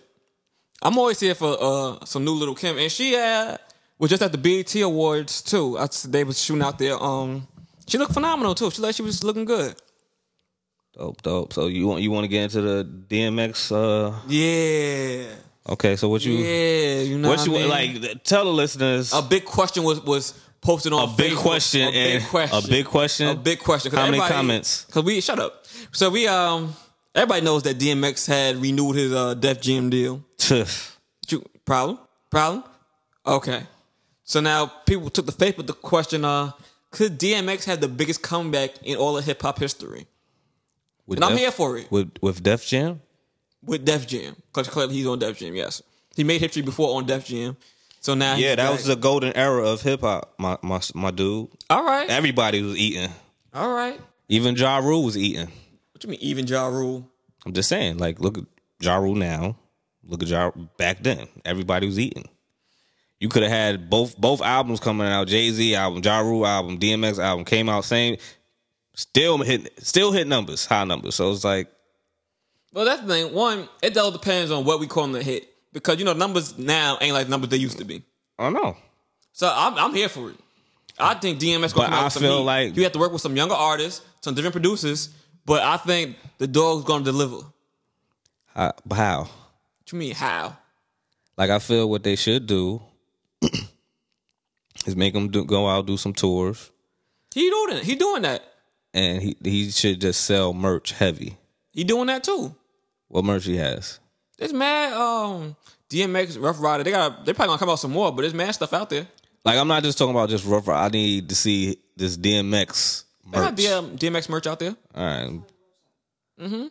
S1: I'm always here for uh, some new little Kim, and she uh, was just at the BET Awards too. I, they was shooting out there. Um, she looked phenomenal too. She like she was looking good.
S2: Dope, dope. So you want you want to get into the DMX? Uh,
S1: Yeah,
S2: okay. So what you
S1: yeah. You know
S2: what
S1: what
S2: you
S1: I mean?
S2: like? Tell the listeners
S1: A big question was was posted on
S2: a big
S1: Facebook.
S2: question
S1: A big
S2: and
S1: question.
S2: a big question.
S1: a big question. 'cause
S2: How many
S1: everybody-
S2: comments?
S1: Cause we shut up. So we um everybody knows that DMX had renewed his uh Def Jam deal.
S2: Tuff.
S1: Ju- Problem? Problem? Okay. So now people took the faith with the question: uh, Could DMX have the biggest comeback in all of hip hop history?
S2: With
S1: And I'm
S2: Def-
S1: here for it
S2: with with Def Jam.
S1: with Def Jam because clearly he's on Def Jam. Yes, he made history before on Def Jam. So now,
S2: Yeah,
S1: he's
S2: that
S1: back.
S2: was the golden era of hip hop. My my my dude.
S1: all right.
S2: Everybody was eating.
S1: All right.
S2: Even Ja Rule was eating.
S1: What you mean, even Ja Rule?
S2: I'm just saying, like, look at Ja Rule now. Look at Ja back then. Everybody was eating. You could have had both both albums coming out, Jay Z album, Ja Rule album, DMX album came out same, still hit still hit numbers, high numbers. So it's like
S1: Well, that's the thing. One, it all depends on what we call the hit because you know numbers now ain't like numbers they used to be.
S2: I don't know.
S1: So I'm, I'm here for it. I think DMX going
S2: But
S1: to
S2: I feel like-
S1: you have to work with some younger artists, some different producers. But I think the dog's going to deliver. What
S2: How, how?
S1: you mean how?
S2: Like I feel what they should do *clears throat* is make him do, go out do some tours,
S1: He doing it. He doing that.
S2: and he he should just sell merch heavy.
S1: He doing that too.
S2: What merch he has?
S1: There's mad um, DMX, Rough Rider. They got they probably gonna come out some more, but there's mad stuff out there.
S2: Like I'm not just talking about just rough. I need to see this DMX
S1: They got
S2: merch.
S1: DM, DMX merch out there.
S2: All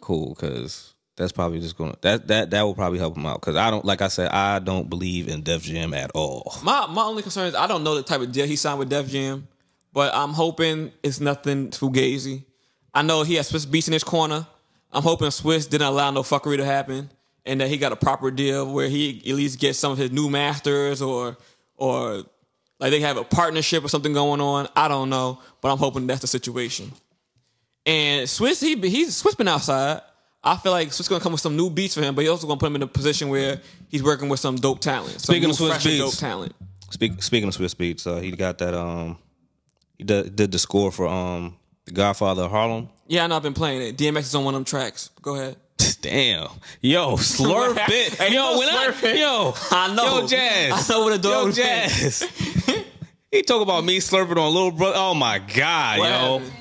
S2: cool. Because that's probably just gonna that that that will probably help him out. Because I don't like I said I don't believe in Def Jam at all.
S1: My my only concern is I don't know the type of deal he signed with Def Jam, but I'm hoping it's nothing fugazi. I know he has Swiss Beats in his corner. I'm hoping Swiss didn't allow no fuckery to happen, and that he got a proper deal where he at least gets some of his new masters or or like they have a partnership or something going on. I don't know, but I'm hoping that's the situation. And Swiss, he he's Swiss been outside. I feel like Swiss gonna come with some new beats for him, but he also gonna put him in a position where he's working with some dope talent. Some
S2: Speaking
S1: new,
S2: of Swiss
S1: fresher
S2: Beats.
S1: dope talent.
S2: Speak, speaking of Swiss Beats, uh, he got that um he did, did the score for um The Godfather of Harlem. *laughs*
S1: Yeah, I know I've been playing it. DMX is on one of them tracks. Go ahead.
S2: Damn, yo, slurp it,
S1: Ain't
S2: yo,
S1: no
S2: when I,
S1: slurping.
S2: yo,
S1: I know.
S2: yo, jazz,
S1: Oh. I know what a dog
S2: yo,
S1: is.
S2: jazz. *laughs* he talk about me slurping on little brother. Oh my god,
S1: What
S2: yo.
S1: happened?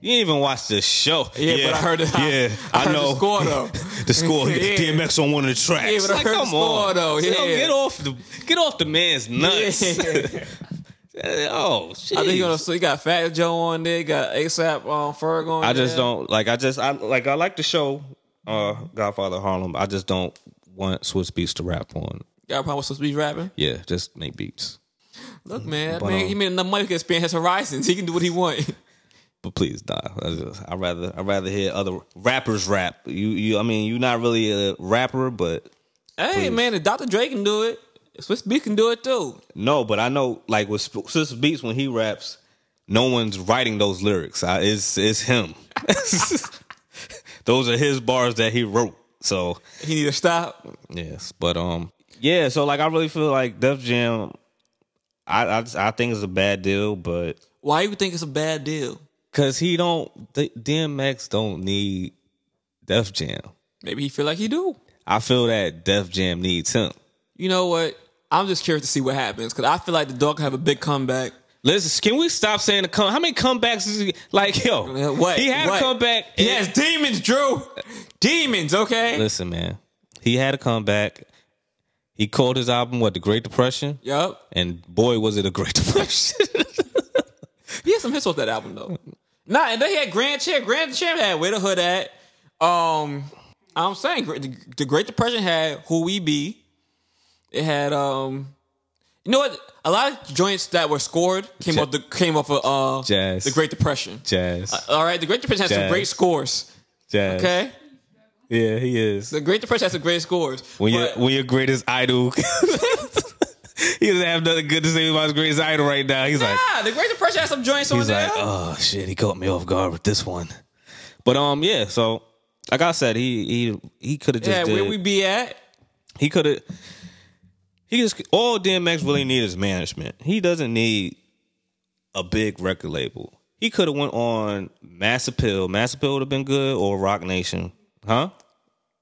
S2: You ain't even watch the show.
S1: Yeah, but I heard it. I-
S2: Yeah,
S1: I heard the
S2: know.
S1: score, though.
S2: *laughs*
S1: *laughs*
S2: the score.
S1: Yeah.
S2: DMX on one of the tracks.
S1: Yeah, but I
S2: like,
S1: heard the
S2: come
S1: score,
S2: on.
S1: though.
S2: Yo,
S1: Yeah.
S2: get off the get off the
S1: *laughs*
S2: man's nuts. *laughs* oh shit.
S1: I think you
S2: I,
S1: gonna so you got Fat Joe on there, you got ASAP um, Ferg on. there.
S2: just don't like. I just I like. I like the show, uh, Godfather of Harlem. but I just don't want Swiss Beats to rap on.
S1: Y'all probably supposed to be rapping.
S2: Yeah, just make beats.
S1: Look, man,
S2: But,
S1: man,
S2: um,
S1: he made enough money to expand his horizons. He can do what he want. *laughs*
S2: But please, nah. I just- I rather I rather hear other rappers rap. You you. I mean, you're not really a rapper, but
S1: hey, man, if Dr. Dre can do it, Swiss Beat can do it too.
S2: No, but I know like with Sp- Sister Beats when he raps, no one's writing those lyrics. I, it's it's him. *laughs* those are his bars that he wrote. So
S1: He need to stop.
S2: yes, but um, yeah. So like, I really feel like Def Jam. I I, just- I think it's a bad deal, but
S1: Why you think it's a bad deal?
S2: because he don't D- DMX don't need Def Jam.
S1: Maybe he feel like he do.
S2: I feel that Def Jam needs him.
S1: You know what? I'm just curious to see what happens because I feel like the dog can have a big comeback.
S2: Listen, can we stop saying the come? How many comebacks is he like? Yo,
S1: Uh, What
S2: he had
S1: what?
S2: a comeback.
S1: He has demons, Drew. Demons, okay.
S2: Listen, man, he had a comeback. He called his album what the Great Depression,
S1: Yup.
S2: and boy, was it a Great *laughs* Depression.
S1: He had some hits off that album though. Nah, and they had Grand Champ. Grand Champ had Where the Hood at. Um, I'm saying Gre- the, the Great Depression had Who We Be. It had um, you know what? A lot of joints that were scored came
S2: Ja-
S1: off the came off of uh
S2: Jazz.
S1: the Great Depression.
S2: jazz,
S1: All right, the Great Depression had some
S2: Jazz.
S1: great scores.
S2: jazz.
S1: Uh, Okay,
S2: Yeah, he is.
S1: the Great Depression had some great scores.
S2: When your
S1: but-
S2: when your greatest idol *laughs* he doesn't have nothing good to say about his greatest idol right now. He's like,
S1: Ah, the Great Depression had some joints on
S2: he's
S1: there.
S2: like, oh shit, he caught me off guard with this one. But um, yeah. So like I said, he he he could have just
S1: yeah,
S2: did-
S1: where we be at?
S2: he could have. He just all DMX really needs is management. He doesn't need a big record label. He could have went on Mass Appeal. Mass Appeal would have been good, or Rock Nation, huh?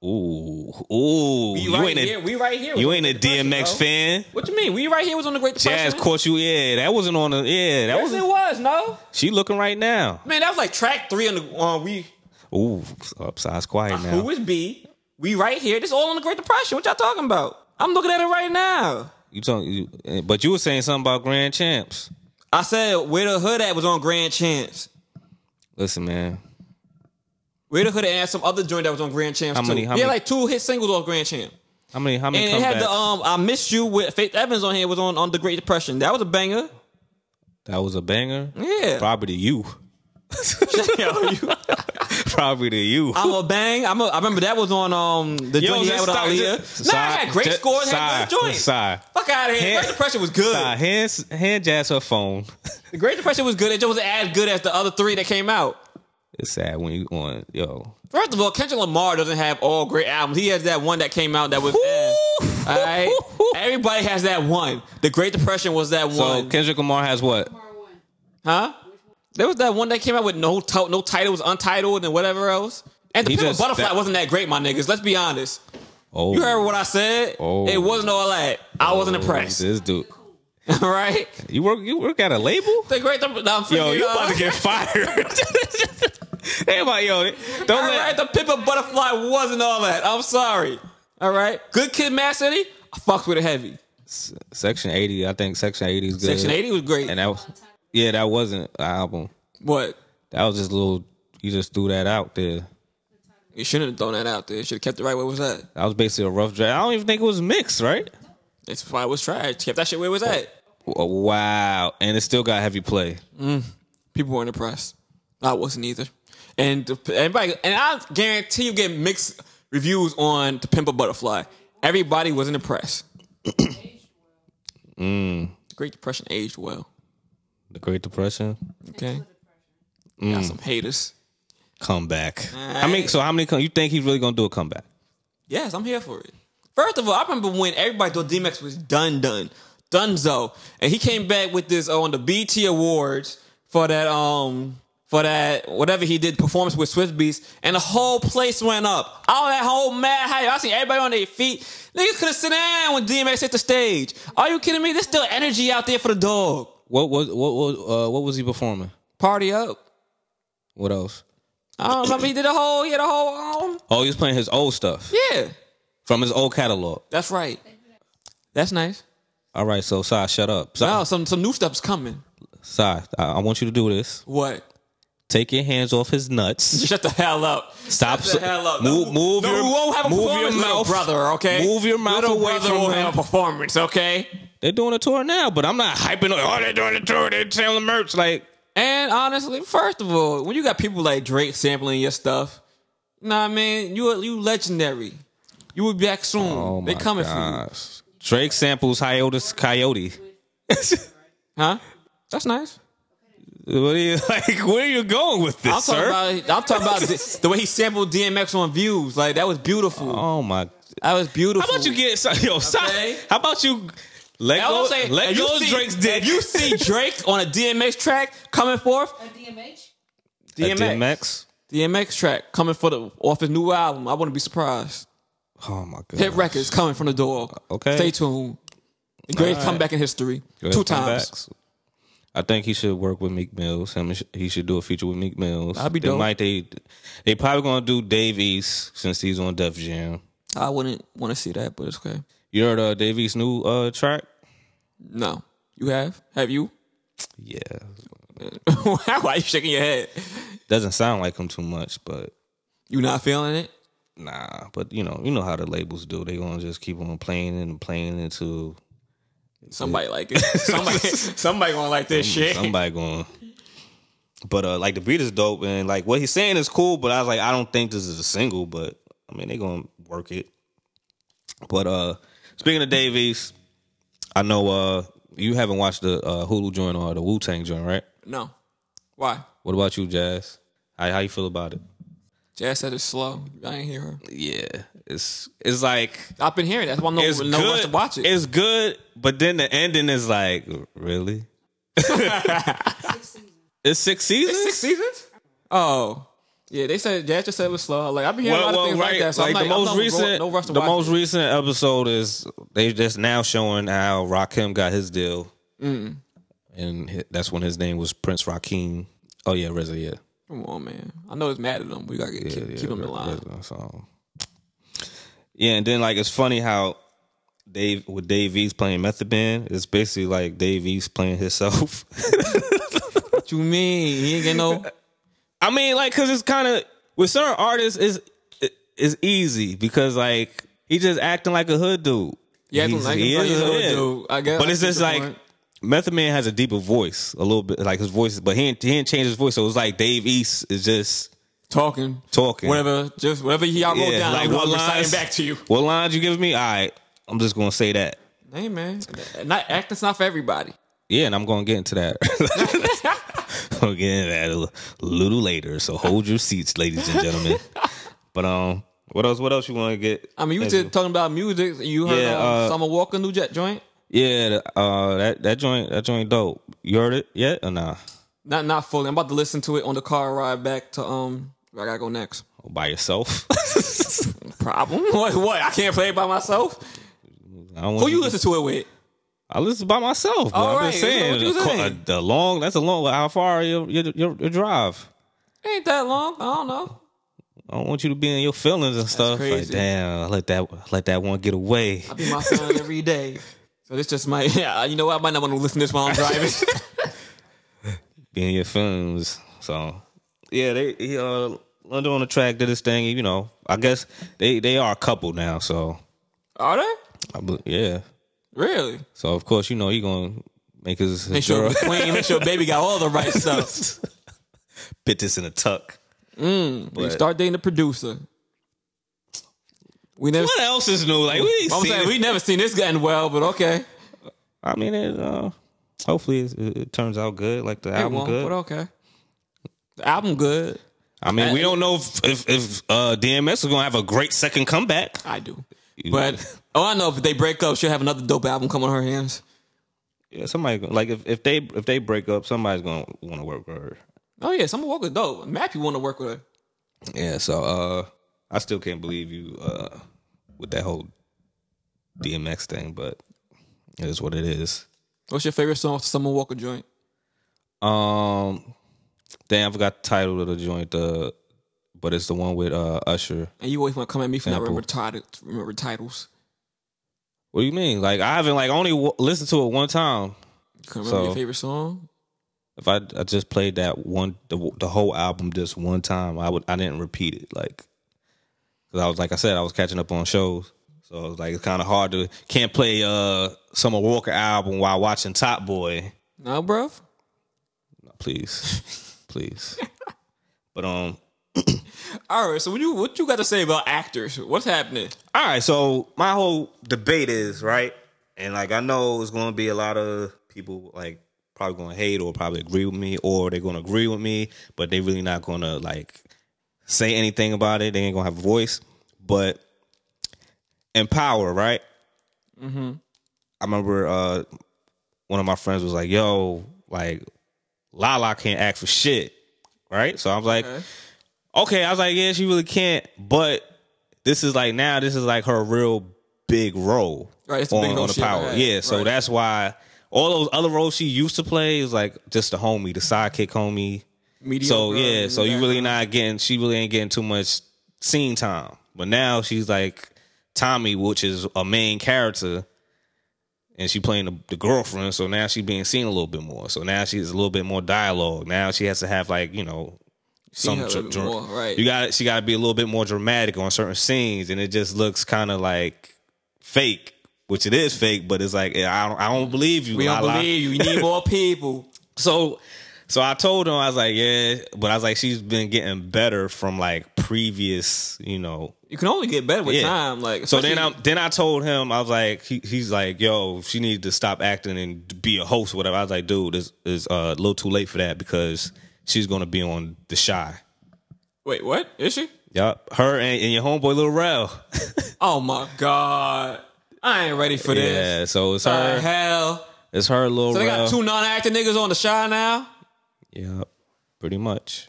S2: Ooh, ooh, you,
S1: right
S2: ain't
S1: here.
S2: a
S1: we right here.
S2: you
S1: with
S2: ain't
S1: the
S2: a
S1: Great Depression,
S2: DMX
S1: bro.
S2: fan.
S1: What you mean? We right here was on the Great Depression.
S2: Jazz caught you, yeah. That wasn't on the yeah. That
S1: Yes, it
S2: was
S1: was. No,
S2: she looking right now.
S1: man, that was like track three on the uh, we.
S2: Ooh, upside's quiet
S1: Uh, Who
S2: now.
S1: is B? We right here. This all on the Great Depression. What y'all talking about? I'm looking at it right now.
S2: You talking? You, eh, but you were saying something about Grand Champs.
S1: I said where the hood at was on Grand Chance.
S2: Listen, man.
S1: Where the hood at had some other joint that was on Grand Champs
S2: How
S1: too.
S2: many- how
S1: yeah,
S2: many-
S1: like two hit singles off Grand Champ.
S2: How many? How many?
S1: And it had
S2: comebacks?
S1: the um I Miss You with Faith Evans on here was on, on the Great Depression. That was a banger.
S2: That was a banger.
S1: Yeah.
S2: Probably to you.
S1: *laughs* Yo, you-
S2: *laughs* Probably to you.
S1: I'm a bang. I'm a, I remember that was on um the
S2: Yo,
S1: joint he had
S2: just
S1: with
S2: stop-
S1: Aaliyah.
S2: just-
S1: Nah, it had great
S2: just-
S1: scores, it had
S2: sigh,
S1: good joints.
S2: Sigh.
S1: Fuck out of here.
S2: Hand-
S1: Great Depression was good.
S2: Sigh. Hand, hand Jazz her phone.
S1: The Great Depression was good. It just wasn't as good as the other three that came out.
S2: It's sad when you on, yo.
S1: First of all, Kendrick Lamar doesn't have all great albums. He has that one that came out that was. eh. All right,
S2: *laughs*
S1: everybody has that one. The Great Depression was that
S2: So
S1: one,
S2: Kendrick Lamar has what?
S1: huh? There was that one that came out with no t- no title, was untitled, and whatever else. And the
S2: He
S1: Pimp a
S2: just-
S1: Butterfly
S2: that-
S1: wasn't that great, my niggas. Let's be honest.
S2: Oh,
S1: You heard what I said?
S2: Oh.
S1: It wasn't all that. I wasn't impressed.
S2: This dude.
S1: *laughs* All right,
S2: You work you work at a label?
S1: the Great Depression.
S2: Yo, you about to get *laughs* fired. they about yo, don't
S1: All
S2: let
S1: right, the Pippa Butterfly wasn't all that. I'm sorry. All right, Good Kid, Mad City. I fucked with it heavy.
S2: Section 80, I think Section 80 is good.
S1: Section 80 was great.
S2: And that was Yeah, that wasn't an album.
S1: what?
S2: That was just a little you just threw that out there.
S1: You shouldn't have thrown that out there. You should have kept it right where it was at.
S2: That was basically a rough draft. I don't even think it was mixed, right?
S1: That's why it was trash. Kept that shit where it was at.
S2: Oh, Wow. And it still got heavy play.
S1: People weren't impressed. I wasn't either. And the- everybody, and I guarantee you get mixed reviews on the Pimp a Butterfly. Everybody wasn't impressed. The Great Depression aged well.
S2: The Great Depression.
S1: Okay, got some haters.
S2: Comeback. How many so how many come you think he's really gonna do a comeback?
S1: Yes, I'm here for it. First of all, I remember when everybody thought DMX was done, done, dunzo, and he came back with this uh, on the BT Awards for that um for that whatever he did performance with Swift Beats, and the whole place went up. All that whole mad hype. I seen everybody on their feet. Niggas could have sit down when DMX hit the stage. Are you kidding me? There's still energy out there for the dog.
S2: What was what was uh, what was he performing?
S1: Party up.
S2: What else?
S1: I don't remember he did a whole he had a whole um
S2: Oh, he was playing his old stuff
S1: yeah.
S2: from his old catalog.
S1: That's right. That's nice.
S2: All right, so Sai, shut up. Sai,
S1: Now some some new stuff's coming.
S2: Sai I, I want you to do this.
S1: What?
S2: Take your hands off his
S1: *laughs*
S2: nuts.
S1: Shut the hell up.
S2: Stop.
S1: Shut the hell up.
S2: Move,
S1: No,
S2: move
S1: no,
S2: your,
S1: we won't have a
S2: move your
S1: performance, little
S2: mouth,
S1: brother. Okay,
S2: Move your mouth
S1: little
S2: away
S1: brother
S2: from
S1: will
S2: him.
S1: have a performance. Okay.
S2: They're doing a tour now, but I'm not hyping. on, Oh, they're doing a tour. They're selling merch. Like
S1: And honestly, first of all, when you got people like Drake sampling your stuff, you know what I mean? You you legendary. You will be back soon.
S2: Oh
S1: they
S2: my
S1: coming for
S2: gosh. Drake samples Hiatus Coyote. *laughs*
S1: you, huh? That's nice.
S2: What are you like? Where are you going with this,
S1: I'm talking
S2: sir?
S1: about. I'm talking about the, the way he sampled DMX on views. Like that was beautiful.
S2: oh my!
S1: that was beautiful.
S2: How about you get so- yo? so-
S1: Okay.
S2: How about you let
S1: I
S2: go?
S1: was saying,
S2: let
S1: if you
S2: go of
S1: see-
S2: Drake's dick.
S1: If you see Drake on a DMX track coming forth,
S3: A DMH?
S2: DMX. DMX.
S1: DMX track coming for the off his new album. I wouldn't be surprised.
S2: Oh my god!
S1: Hit records coming from the dog.
S2: Okay.
S1: Stay tuned. The greatest
S2: Alright.
S1: comeback in history.
S2: Good
S1: Two times.
S2: comebacks. I think he should work with Meek Mills. Him, and sh- he should do a feature with Meek Mills.
S1: That'd be
S2: they
S1: dope.
S2: might they they probably gonna do Dave East since he's on Def Jam.
S1: I wouldn't want to see that, but it's okay.
S2: You heard uh, Dave East's new uh, track?
S1: No. You have? Have you? *laughs*
S2: Yeah,
S1: Why are you shaking your head?
S2: doesn't sound like him too much, but
S1: You not feeling it?
S2: Nah, but you know, you know how the labels do. They gonna just keep on playing and playing until
S1: Somebody like
S2: *laughs*
S1: it. Somebody somebody gonna like this shit.
S2: somebody going. But uh, like the beat is dope and like what he's saying is cool. But I was like, I don't think this is a single. But I mean, they gonna work it. But uh, speaking of Davies, I know uh you haven't watched the uh, Hulu joint or the Wu Tang joint, right?
S1: No. Why?
S2: What about you, Jazz? How how you feel about it?
S1: Jazz said it's slow. I ain't hear her.
S2: Yeah, it's it's like
S1: I've been hearing that. That's why no,
S2: it's
S1: no
S2: good.
S1: rush to watch it.
S2: It's good, but then the ending is like
S1: *laughs*
S2: really. *laughs* it's six seasons.
S1: Six seasons? Oh. Yeah, they said Jazz just said it was slow. Like I've been hearing a
S2: Well,
S1: lot of
S2: well,
S1: things
S2: right.
S1: like that. So
S2: like
S1: I'm
S2: the
S1: like, I'm
S2: most
S1: not
S2: recent,
S1: going, no rush to
S2: the
S1: watch
S2: most
S1: it.
S2: recent episode is they just now showing how Rakim got his deal,
S1: Mm.
S2: and hi- that's when his name was Prince Rakim. Oh yeah, RZA. Yeah,
S1: Come on, man. I know it's mad at them. We gotta get, keep,
S2: yeah,
S1: keep them in line.
S2: RZA, so. Yeah, and then like it's funny how Dave with Dave East playing Method Man, it's basically like Dave East playing himself. *laughs*
S1: What you mean? He ain't get no.
S2: I mean, like, cause it's kind of with certain artists is is easy because like he just acting like a hood dude.
S1: Yeah,
S2: He's-
S1: like
S2: he
S1: a
S2: is a
S1: hood
S2: hood.
S1: dude. I guess.
S2: But
S1: I
S2: it's
S1: see
S2: just
S1: your
S2: like
S1: point.
S2: Method Man has a deeper voice, a little bit like his voice, but he ain't, he ain't changed his voice, so it's like Dave East is just
S1: talking,
S2: talking.
S1: whatever. Just whatever y'all wrote
S2: Yeah,
S1: down.
S2: like
S1: I'm,
S2: what
S1: I'm
S2: lines-
S1: reciting back to you.
S2: What lines you giving me? All right, I'm just gonna say that.
S1: Hey man, not acting's not for everybody.
S2: Yeah, and I'm gonna get into that. *laughs* I'll get into that a li- little later. So hold your seats, ladies and
S1: *laughs*
S2: gentlemen. But um, what else? What else you want to get?
S1: I mean, you
S2: into?
S1: just talking about music. You heard
S2: Yeah,
S1: uh,
S2: uh,
S1: Summer Walker new jet joint?
S2: Yeah, the- uh, that that joint that joint dope. You heard it yet or nah?
S1: Not not fully. I'm about to listen to it on the car ride back to um. Where I gotta go next.
S2: By yourself? *laughs*
S1: Problem? *laughs* What? What? I can't play it by myself.
S2: I don't
S1: Who
S2: want
S1: you listen to it with?
S2: I listen by myself. But
S1: All
S2: I'm
S1: right,
S2: just
S1: that's what
S2: saying,
S1: you
S2: a co-
S1: saying.
S2: a- the long that's a long. How far your your, your your drive?
S1: Ain't that long? I don't know.
S2: I don't want you to be in your feelings and stuff. Like
S1: crazy.
S2: damn, I let that I let that one get away.
S1: I be my son every day. So this just might. *laughs* Yeah, you know what? I might not want to listen to this while I'm driving.
S2: Be in your feelings. So yeah, they he, uh London on the track did his thing. You know, I guess they they are a couple now. So
S1: *laughs* Are they?
S2: I, bel- yeah.
S1: Really?
S2: So of course you know he gonna make his, his
S1: Make sure
S2: girl-
S1: it
S2: *laughs*
S1: was clean. Make sure baby got all the right stuff. *laughs*
S2: bit this in a tuck.
S1: You start dating the producer. We never.
S2: What else is new? Like we
S1: I'm
S2: seen
S1: saying
S2: it.
S1: we never seen this getting well, but okay.
S2: I mean, it, uh, hopefully it, it, it turns out good. Like the
S1: It
S2: album
S1: won't,
S2: good.
S1: but okay. The album good.
S2: I mean, we don't know if if, if uh, DMS is gonna have a great second comeback.
S1: I do, but oh, I know if they break up, she'll have another dope album come on her hands.
S2: Yeah, somebody gonna- like if, if they if they break up, somebody's gonna want to work with her.
S1: Oh yeah, Summer Walker dope. Mappy want to work with her.
S2: Yeah. So uh, I still can't believe you uh, with that whole DMX thing, but it is what it is.
S1: What's your favorite song? off the Summer Walker joint.
S2: Um, damn, I forgot the title of the joint. Uh, but it's the one with uh Usher.
S1: And you always want to come at me for not
S2: Sample.
S1: remember, title, remember titles.
S2: What do you mean? Like I haven't like I only w- listened to it one time.
S1: You couldn't remember
S2: So-
S1: your favorite song.
S2: If I I just played that one the the whole album just one time, I would I didn't repeat it like because I was like I said I was catching up on shows, so it was like it's kind of hard to can't play uh Summer Walker album while watching Top Boy.
S1: No, bruv.
S2: No, please, please. But um,
S1: All right. So what you what you got to say about actors? What's happening?
S2: All right, so my whole debate is right, and like I know it's going to be a lot of people like probably going to hate or probably agree with me, or they're going to agree with me, but they really not going to like say anything about it. They ain't going to have a voice. But empower, right?
S1: Mm-hmm.
S2: I remember uh, one of my friends was like, "Yo, like Lala can't act for shit," right? So I was like,
S1: Okay.
S2: okay, I was like, yeah, she really can't. But this is like now, this is like her real big role
S1: Right, it's a
S2: on,
S1: big role
S2: on the
S1: she ever
S2: power.
S1: had.
S2: Yeah, so
S1: Right.
S2: that's why all those other roles she used to play is like just the homie, the sidekick homie. so
S1: Mediocre
S2: yeah,
S1: in
S2: so
S1: the
S2: you really
S1: background.
S2: not getting. She really ain't getting too much scene time. But now she's like Tommy, which is a main character. And she playing the, the girlfriend, so now she being seen a little bit more. So now she's a little bit more dialogue. Now she has to have like you know
S1: Seen
S2: some
S1: her a
S2: dra-
S1: little
S2: dra-
S1: more, right?
S2: you got she got to be a little bit more dramatic on certain scenes, and it just looks kind of like fake, which it is fake, but it's like I don't I don't believe you.
S1: we don't
S2: Lala.
S1: believe you. You need more people.
S2: So So I told him I was like, yeah, but I was like, she's been getting better from like previous, you know.
S1: You can only get better with
S2: Yeah.
S1: time. Like
S2: So then I
S1: especially-
S2: then I told him I was like, he, he's like, yo, she needs to stop acting and be a host, whatever. I was like, dude, it's is uh, a little too late for that because she's gonna be on the shy.
S1: wait, what is she?
S2: Yup, her and, and your homeboy Lil Rel.
S1: Oh my god, I ain't ready for this.
S2: yeah, so it's
S1: The
S2: her,
S1: hell.
S2: it's her Lil
S1: So they
S2: Rel.
S1: got two non-acting niggas on the shy now.
S2: Yup, pretty much.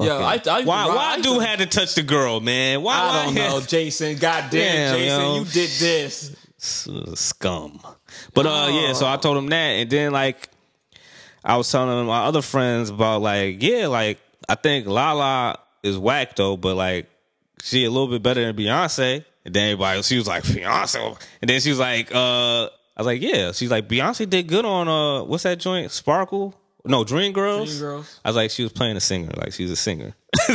S1: Yeah, I, I,
S2: Why?
S1: bro,
S2: Why
S1: I-
S2: dude had to touch the girl, man? Why?
S1: I don't
S2: why had-
S1: know, Jason. Goddamn,
S2: Damn,
S1: Jason,
S2: yo.
S1: you did this.
S2: scum. But uh yeah, so I
S1: Oh.
S2: told him that and then like I was telling my other friends about like, yeah, like I think Lala is whack though, but like she a little bit better than Beyonce. And then everybody she was like, Beyonce and then she was like, uh I was like, yeah. She's like, Beyonce did good on uh what's that joint? Sparkle? No, Dream Girls.
S1: Dream Girls.
S2: I was like, she was playing a singer, like she's a singer. *laughs*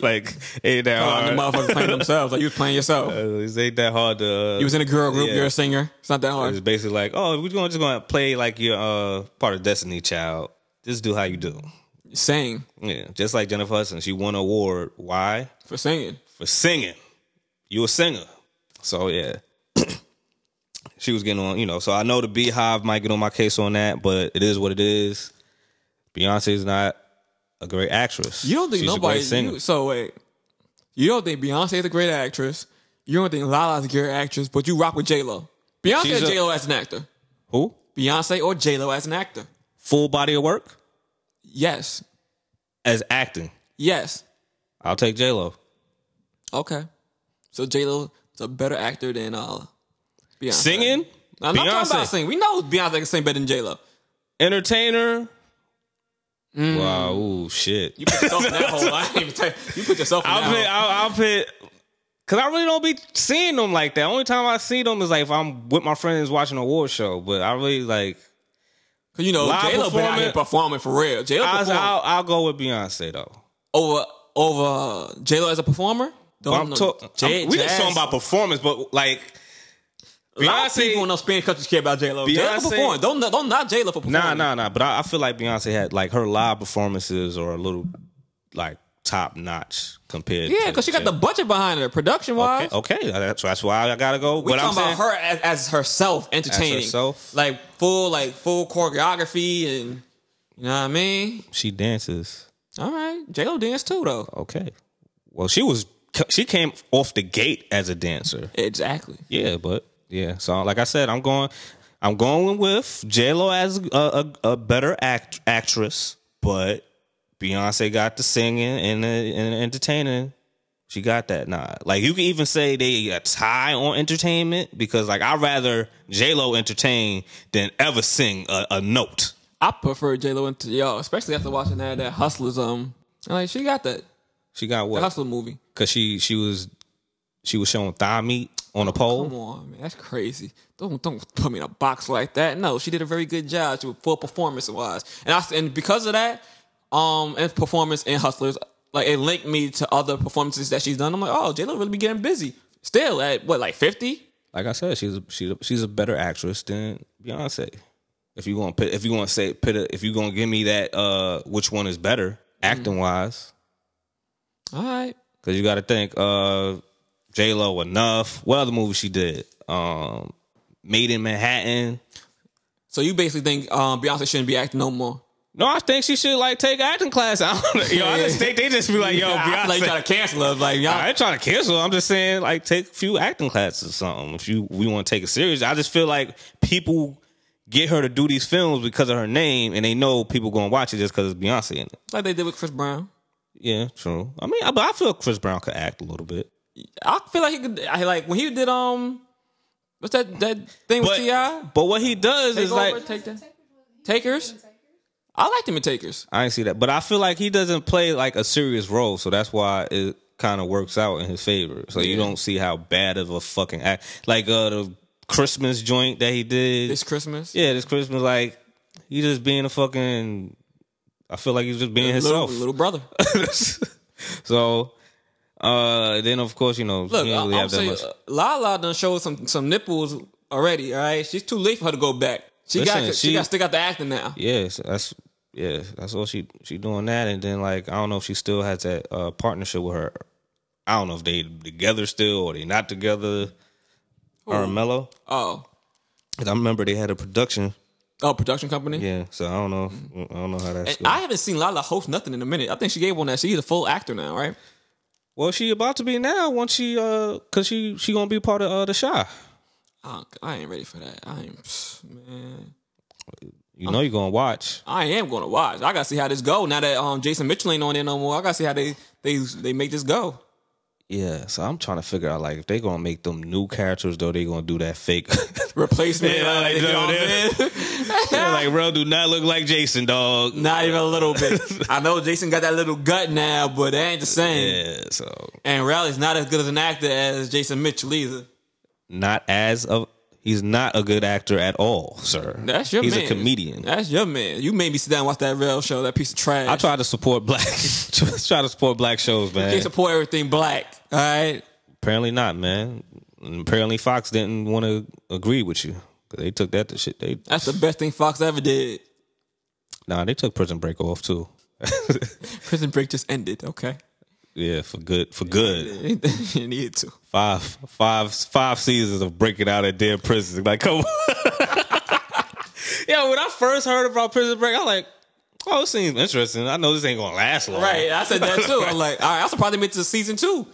S2: like, ain't that
S1: Oh, the
S2: hard.
S1: motherfuckers playing themselves. Like you was playing yourself.
S2: Ain't that hard to uh,
S1: You was in a girl group.
S2: Yeah.
S1: You're a singer. It's not that
S2: It's
S1: hard.
S2: basically like, oh, we're gonna just gonna play like you're uh, part of Destiny Child. Just do how you do.
S1: Sing
S2: Yeah, just like Jennifer Hudson, she won an award. Why?
S1: for singing.
S2: For singing. You a singer. So yeah, *clears throat* she was getting on. You know, so I know the Beehive might get on my case on that, but it is what it is. Beyonce's not a great actress.
S1: You don't think
S2: She's
S1: nobody.
S2: a great singer.
S1: You, so wait, you don't think Beyonce is a great actress? You don't think Lala's a great actress? But you rock with J Lo. Beyonce
S2: She's
S1: or
S2: a-
S1: J Lo as an actor.
S2: Who?
S1: Beyonce or J Lo as an actor.
S2: Full body of work
S1: Yes.
S2: as acting.
S1: Yes.
S2: I'll take J Lo.
S1: Okay. So J Lo is a better actor than uh, Beyonce.
S2: Singing.
S1: I'm not talking
S2: Beyonce.
S1: about singing. We know Beyonce can sing better than J Lo.
S2: entertainer. Wow, ooh, shit.
S1: Mm. You put yourself in that
S2: *laughs*
S1: hole. I ain't even tell you. *laughs* You put yourself in
S2: I'll
S1: that
S2: put,
S1: hole.
S2: I'll, I'll put, cause I really don't be seeing them like that. Only time I see them is like if I'm with my friends watching a war show. But I really like,
S1: Cause you know
S2: Live
S1: J Lo been out here performing
S2: performance-
S1: for real. J Lo
S2: I'll,
S1: performed
S2: I'll, I'll go with Beyonce though.
S1: over over J Lo as a performer. Don't
S2: But I'm
S1: know.
S2: talk,
S1: J-
S2: I'm- we just
S1: Jazz-
S2: talking about performance, but like
S1: A lot of people in
S2: Beyonce.
S1: those Spanish countries care about J Lo. J Lo
S2: Beyonce-
S1: performed. Don't don't not J Lo for performing.
S2: Nah, nah, nah. But I, I feel like Beyonce had like her live performances are a little like top notch compared.
S1: Yeah,
S2: to
S1: because she got
S2: J-
S1: the budget behind her, production wise.
S2: Okay, okay, that's that's why I gotta go.
S1: We're
S2: but I'm
S1: talking
S2: saying,
S1: about her as, as herself entertaining,
S2: herself.
S1: like full like full choreography and you know what I mean.
S2: she dances.
S1: All right, J Lo danced too though.
S2: Okay. Well, she was she came off the gate as a dancer.
S1: Exactly.
S2: Yeah, but yeah. So like I said, I'm going I'm going with J Lo as a, a, a better act, actress, but Beyonce got the singing and the, and the entertaining. She got that nod. Like you can even say they a tie on entertainment because like I'd rather J Lo entertain than ever sing a, a note.
S1: I prefer J Lo to y'all, especially after watching that that Hustlers um. and, Like she got that
S2: She got what?
S1: Hustler movie.
S2: Because she she was she was showing thigh meat on a pole.
S1: Come on, man, that's crazy. Don't don't put me in a box like that. No, she did a very good job. She was full performance wise, and I and because of that, um, and performance in Hustlers, like it linked me to other performances that she's done. I'm like, oh, J Lo really be getting busy. Still at what like fifty?
S2: like I said, she's a, she's a, she's a better actress than Beyonce. If you want to if you want to say pit a- if you going to give me that uh which one is better
S1: Mm-hmm.
S2: acting wise
S1: All right,
S2: cuz you got to think uh J-Lo enough. What other movie she did? Um Made in Manhattan.
S1: so you basically think um Beyonce shouldn't be acting no more?
S2: No, I think she should like take acting class. *laughs* I don't know. Yo, I just think they just be like,
S1: *laughs*
S2: yo,
S1: I feel like
S2: Beyonce.
S1: you trying to cancel her. Like y'all,
S2: I ain't trying to cancel. I'm just saying, like, take a few acting classes or something. If you we want to take it serious, I just feel like people get her to do these films because of her name, and they know people going to watch it just because it's Beyonce in it.
S1: like they did with Chris Brown.
S2: Yeah, true. I mean, I, but I feel Chris Brown could act a little bit.
S1: I feel like he could. I like when he did um, what's that that thing with
S2: But
S1: Ti?
S2: but what he does
S1: Take
S2: is
S1: over,
S2: like
S1: take that. Takers. I liked him in Takers.
S2: I ain't see that, but I feel like he doesn't play like a serious role, so that's why it kind of works out in his favor. So you
S1: Yeah.
S2: don't see how bad of a fucking act like uh, the Christmas joint that he did.
S1: This Christmas.
S2: Yeah, this Christmas, like he just being a fucking. I feel like he's just being
S1: little,
S2: himself.
S1: little
S2: *laughs*
S1: brother.
S2: so, uh, then of course you know
S1: Look,
S2: he didn't really
S1: I, uh, I'm
S2: have that
S1: saying
S2: much.
S1: uh, Lala done showed some some nipples already. All right, she's too late for her to go back. She got
S2: Listen,
S1: she,
S2: she-
S1: got still got the acting now.
S2: Yes, that's yeah, that's all she she doing that, and then like I don't know if she still has that uh, partnership with her. I don't know if they together still or they not together. Or Mello,
S1: Oh,
S2: I remember they had a production.
S1: oh, production company.
S2: Yeah, so I don't know. I don't know how that's.
S1: And
S2: going.
S1: I haven't seen Lala host nothing in a minute. I think she gave one that she's a full actor now, right?
S2: well, she about to be now once she uh, cause she she gonna be part of uh, the shy.
S1: Oh, I ain't ready for that. I ain't man.
S2: You know you gonna watch.
S1: I am gonna watch. I gotta see how this go. Now that um Jason Mitchell ain't on there no more, I gotta see how they they they make this go.
S2: Yeah, so I'm trying to figure out like if they gonna make them new characters though, they gonna do that *laughs* fake.
S1: Replacement.
S2: Yeah,
S1: uh,
S2: like,
S1: you know what
S2: yeah.
S1: I'm saying? *laughs*
S2: They're like, bro, do not look like Jason, dog.
S1: Not even a little bit. *laughs* I know Jason got that little gut now, but it ain't the same.
S2: Yeah, so
S1: And Riley's not as good as an actor as Jason Mitchell either.
S2: not as of he's not a good actor at all, sir.
S1: That's your
S2: he's
S1: man.
S2: a comedian.
S1: That's your man. You made me sit down and watch that real show, that piece of trash.
S2: I try to support black *laughs* try to support black shows, man.
S1: can't support everything black. All right.
S2: Apparently not, man. And apparently Fox didn't want to agree with you. 'Cause They took that to shit. They
S1: That's the best thing Fox ever did.
S2: nah, they took Prison Break off too.
S1: Prison Break just ended. Okay. *laughs*
S2: yeah, for good, for good.
S1: you needed to.
S2: Five, five, five seasons of breaking out at damn prisons. Like, come on. *laughs* yeah, when I first heard about Prison Break, I was like, oh, it seems interesting. I know this ain't gonna last long.
S1: Right. I said that too. I'm like, all right, I'm surprised they made it to season two.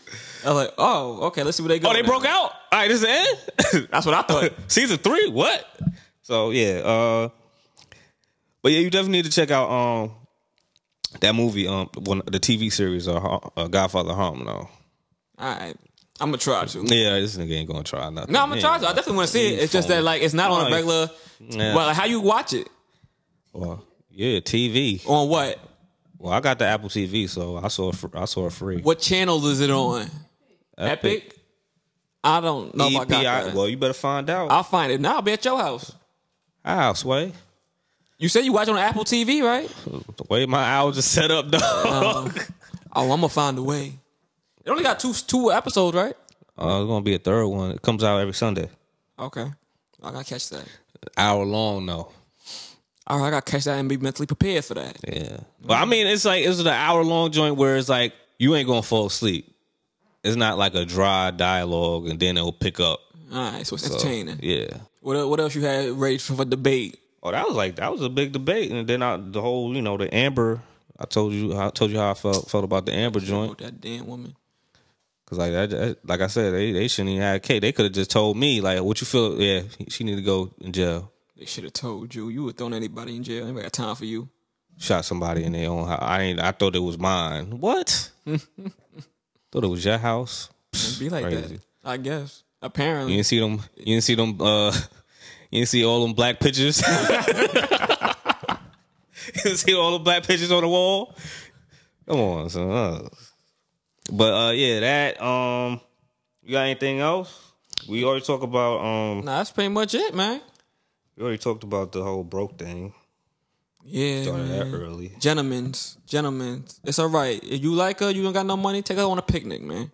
S1: I'm like, oh, okay, let's see where they go.
S2: Oh, they
S1: now.
S2: broke out. All right, this is the
S1: That's what I *laughs* thought.
S2: end. *laughs* Season three. What? So yeah. Uh, but yeah, you definitely need to check out um that movie um one the TV series uh, Har- uh Godfather Harm though.
S1: All right. I'm gonna try to.
S2: Yeah, this nigga ain't gonna try nothing.
S1: No, I'm gonna try to. I definitely want to see it. It's just that like it's not on a
S2: Right.
S1: regular.
S2: Yeah.
S1: Well, like, how you watch it
S2: Well, yeah, TV.
S1: on what?
S2: Well, I got the Apple TV, so I saw it fr- I saw it free.
S1: What channel is it on? Epic. I don't
S2: Oh,
S1: know if I got
S2: EPI.
S1: that.
S2: E well, you better find out.
S1: I'll find it. Now I'll be at your house.
S2: Ow, Sway.
S1: You said you watch on Apple TV, right?
S2: The way my hours is set up, dog. *laughs*
S1: Oh, I'm gonna find a way. It only got two two episodes, right?
S2: Uh, it's gonna be a third one. It comes out every Sunday.
S1: Okay, I gotta catch that.
S2: Hour long though.
S1: All right, I gotta catch that and be mentally prepared for that.
S2: Yeah. But I mean, it's like it's an hour long joint where it's like you ain't gonna fall asleep. It's not like a dry dialogue, and then it'll pick up.
S1: All right, so it's
S2: So,
S1: entertaining.
S2: yeah.
S1: What el- what else you had ready for, for debate?
S2: Oh, that was like that was a big debate, and then I, the whole you know the Amber. I told you I told you how I felt felt about the Amber
S1: Oh,
S2: joint
S1: that damn woman.
S2: because like that, that- like I said they, they shouldn't even have Kate. They could have just told me like what you feel. Yeah, she need to go in jail.
S1: They should have told you. You would thrown anybody in jail. Anybody got time for you?
S2: Shot somebody in their own house. I ain't. I thought it was mine. What? *laughs* thought it was your house.
S1: It'd be like
S2: Crazy.
S1: that. I guess. Apparently.
S2: You didn't see them. You didn't see them. Uh, *laughs* you didn't see all them black pictures. *laughs* you didn't see all the black pictures on the wall. Come on, son. Uh, But uh, yeah, that. Um, you got anything else? We already talked about. Um,
S1: Nah, that's pretty much it, man.
S2: we already talked about the whole broke thing.
S1: Yeah.
S2: Started
S1: Man.
S2: that early.
S1: Gentlemen's. Gentlemen's. It's all right. If you like her, you don't got no money, take her on a picnic, man.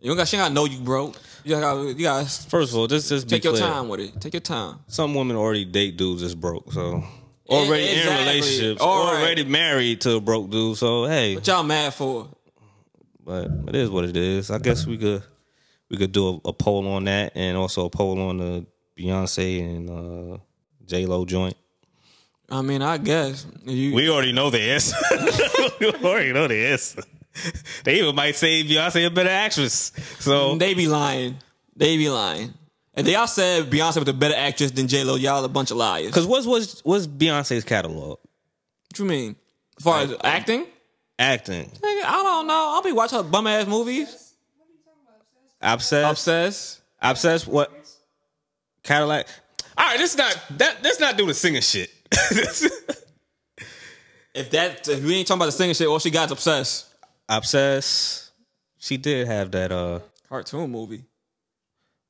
S1: You don't got she ain't gotta know you broke. You gotta you gotta
S2: First of all, just just be
S1: take your
S2: clear.
S1: time with it. Take your time.
S2: Some women already date dudes that's broke, so already in
S1: exactly.
S2: relationships,
S1: All right.
S2: already married to a broke dude. So hey,
S1: What y'all mad for?
S2: but it is what it is. I guess we could we could do a, a poll on that, and also a poll on the Beyonce and uh, J Lo joint.
S1: I mean, I guess. You
S2: We already know the answer. *laughs* we already know the answer. They even might say Beyonce a better actress. So
S1: they be lying. They be lying. If y'all said Beyonce was a better actress than J Lo, y'all a bunch of liars.
S2: because what's what's what's Beyonce's catalog?
S1: What you mean? As far as acting?
S2: Acting,
S1: Nigga, I don't know. I'll be watching her bum ass movies.
S2: obsessed,
S1: Obsessed.
S2: obsessed. What Cadillac? All right, let's not that let's not do the singing shit. *laughs*
S1: If that if we ain't talking about the singing shit, all she got is obsessed.
S2: obsessed. She did have that uh.
S1: Cartoon movie.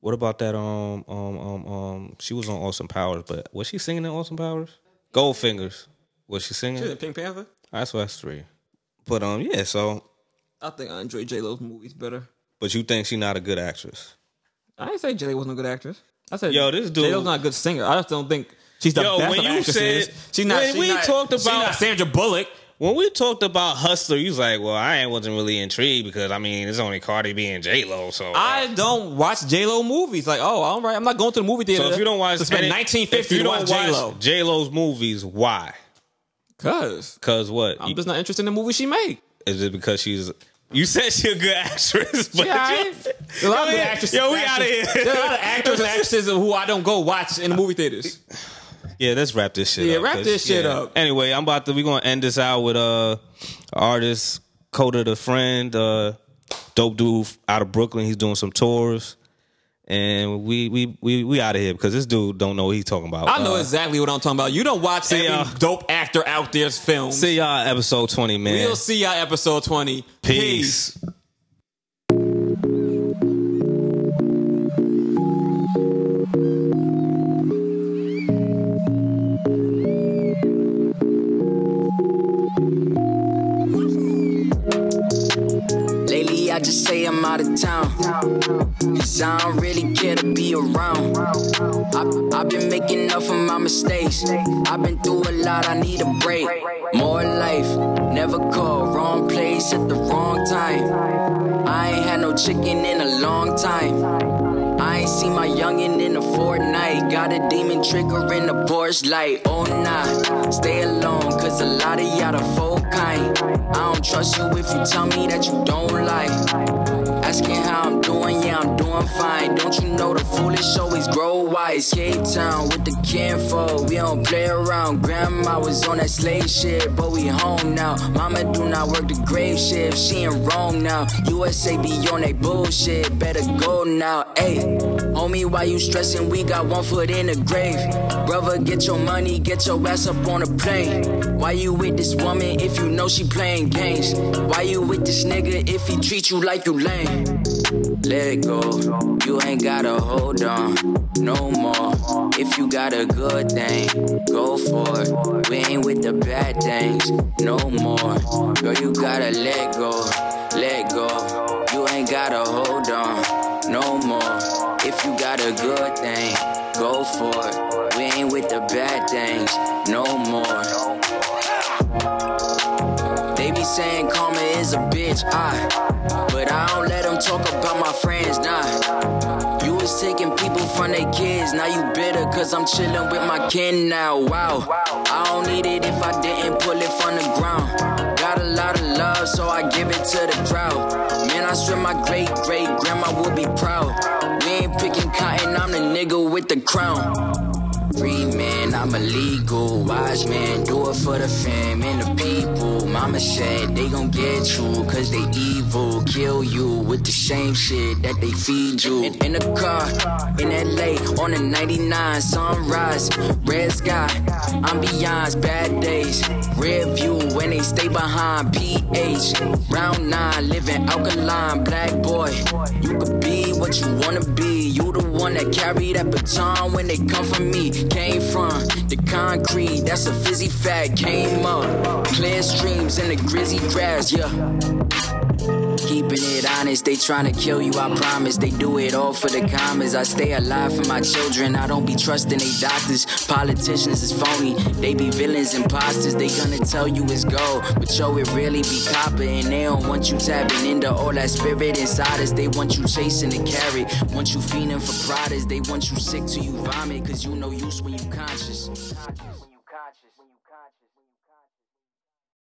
S2: What about that? Um, um, um, um. She was on Awesome Powers, but was she singing in Awesome Powers? Goldfingers. Was she singing?
S1: She was in Pink Panther.
S2: That's what that's three. But um, yeah. So,
S1: I think I enjoy J Lo's movies better.
S2: but you think she not a good actress?
S1: I didn't say J Lo wasn't a good actress. I said
S2: Yo, this dude-
S1: J Lo's not a good singer. I just don't think She's the
S2: Yo,
S1: best
S2: when
S1: of
S2: you
S1: actresses.
S2: said-
S1: she's not.
S2: when
S1: she's
S2: we
S1: not-
S2: talked
S1: she's
S2: about-
S1: not Sandra Bullock.
S2: When we talked about Hustler, you was like, well, I ain't wasn't really intrigued because I mean it's only Cardi B and J Lo, so
S1: I don't watch J Lo movies. Like, oh, all right, I'm not going to the movie theater.
S2: so if you don't watch
S1: to spend
S2: and it-
S1: 1950
S2: if
S1: to
S2: you
S1: watch J Lo,
S2: J Lo's movies, why?
S1: cause
S2: Cause what?
S1: I'm just not interested in the movie she made.
S2: Is it because she's you said she a good *laughs* actress, but
S1: She all right. A lot of
S2: Yo,
S1: good
S2: yeah.
S1: actresses.
S2: Yo, we
S1: actors-
S2: outta here.
S1: There are a lot of actors and actresses who I don't go watch in the movie theaters.
S2: Yeah, let's wrap this shit
S1: Yeah,
S2: up.
S1: wrap
S2: 'cause-
S1: this shit up.
S2: Anyway, I'm about to we're gonna end this out with uh artist Coda the Friend, uh dope dude out of Brooklyn. He's doing some tours. And we we we we out of here because this dude don't know what he's talking about.
S1: I know
S2: Uh,
S1: exactly what I'm talking about. You don't watch every
S2: y'all.
S1: dope actor out there's films.
S2: see y'all episode twenty, man.
S1: We'll see y'all episode 20.
S2: Peace.
S3: Lately, I just say I'm out of town. Cause I don't really care to be around. I've, I've been making enough of my mistakes. I've been through a lot, I need a break. More life, never call. Wrong place at the wrong time. I ain't had no chicken in a long time. I ain't seen my youngin' in a fortnight. Got a demon trigger in the porch light. Oh nah, stay alone, cause a lot of y'all the folk kind. I don't trust you if you tell me that you don't like. Asking how I'm doing, yeah, I'm doing fine. Don't you know the foolish always grow wise? Cape Town with the kinfolk, we don't play around. Grandma was on that slave shit, but we home now. Mama do not work the grave shift, she in Rome now. USA be on they bullshit, better go now. Hey, homie, why you stressing? We got one foot in the grave. Brother, get your money, get your ass up on a plane. Why you with this woman if you know she playing games? Why you with this nigga if he treat you like you lame? Let it go. You ain't gotta hold on no more. If you got a good thing, go for it. We ain't with the bad things no more. Girl, you gotta let go, let go. You ain't gotta hold on no more. If you got a good thing, go for it. We ain't with the bad things no more. They be saying karma is a bitch, I. But I don't let them talk about my friends, nah. You was taking people from their kids, now you bitter, cause I'm chilling with my kin now, wow. I don't need it if I didn't pull it from the ground. Got a lot of love, so I give it to the crowd. Man, I swear my great great grandma would be proud. We ain't picking cotton, I'm the nigga with the crown. Free man, I'm illegal. Wise man, do it for the fam and the people. Mama said they gon' get you, cause they evil. Kill you with the same shit that they feed you. In, in the car, in LA, on the 99, sunrise, red sky. I'm beyond bad days. Rear view when they stay behind PH. Round 9, living alkaline, black boy. You could be what you wanna be. You the one that carry that baton when they come for me. Came from the concrete, that's a fizzy fact. Came up, clear streams in the grizzy grass, yeah. Keeping it honest, they tryna kill you, I promise. They do it all for the commas. I stay alive for my children, I don't be trusting they doctors. Politicians is phony, they be villains, imposters. They gonna tell you it's gold, but yo, it really be copper. And they don't want you tapping into all that spirit inside us. They want you chasing the carrot, want you fiending for prodders. They want you sick till you vomit, cause you no use when you conscious.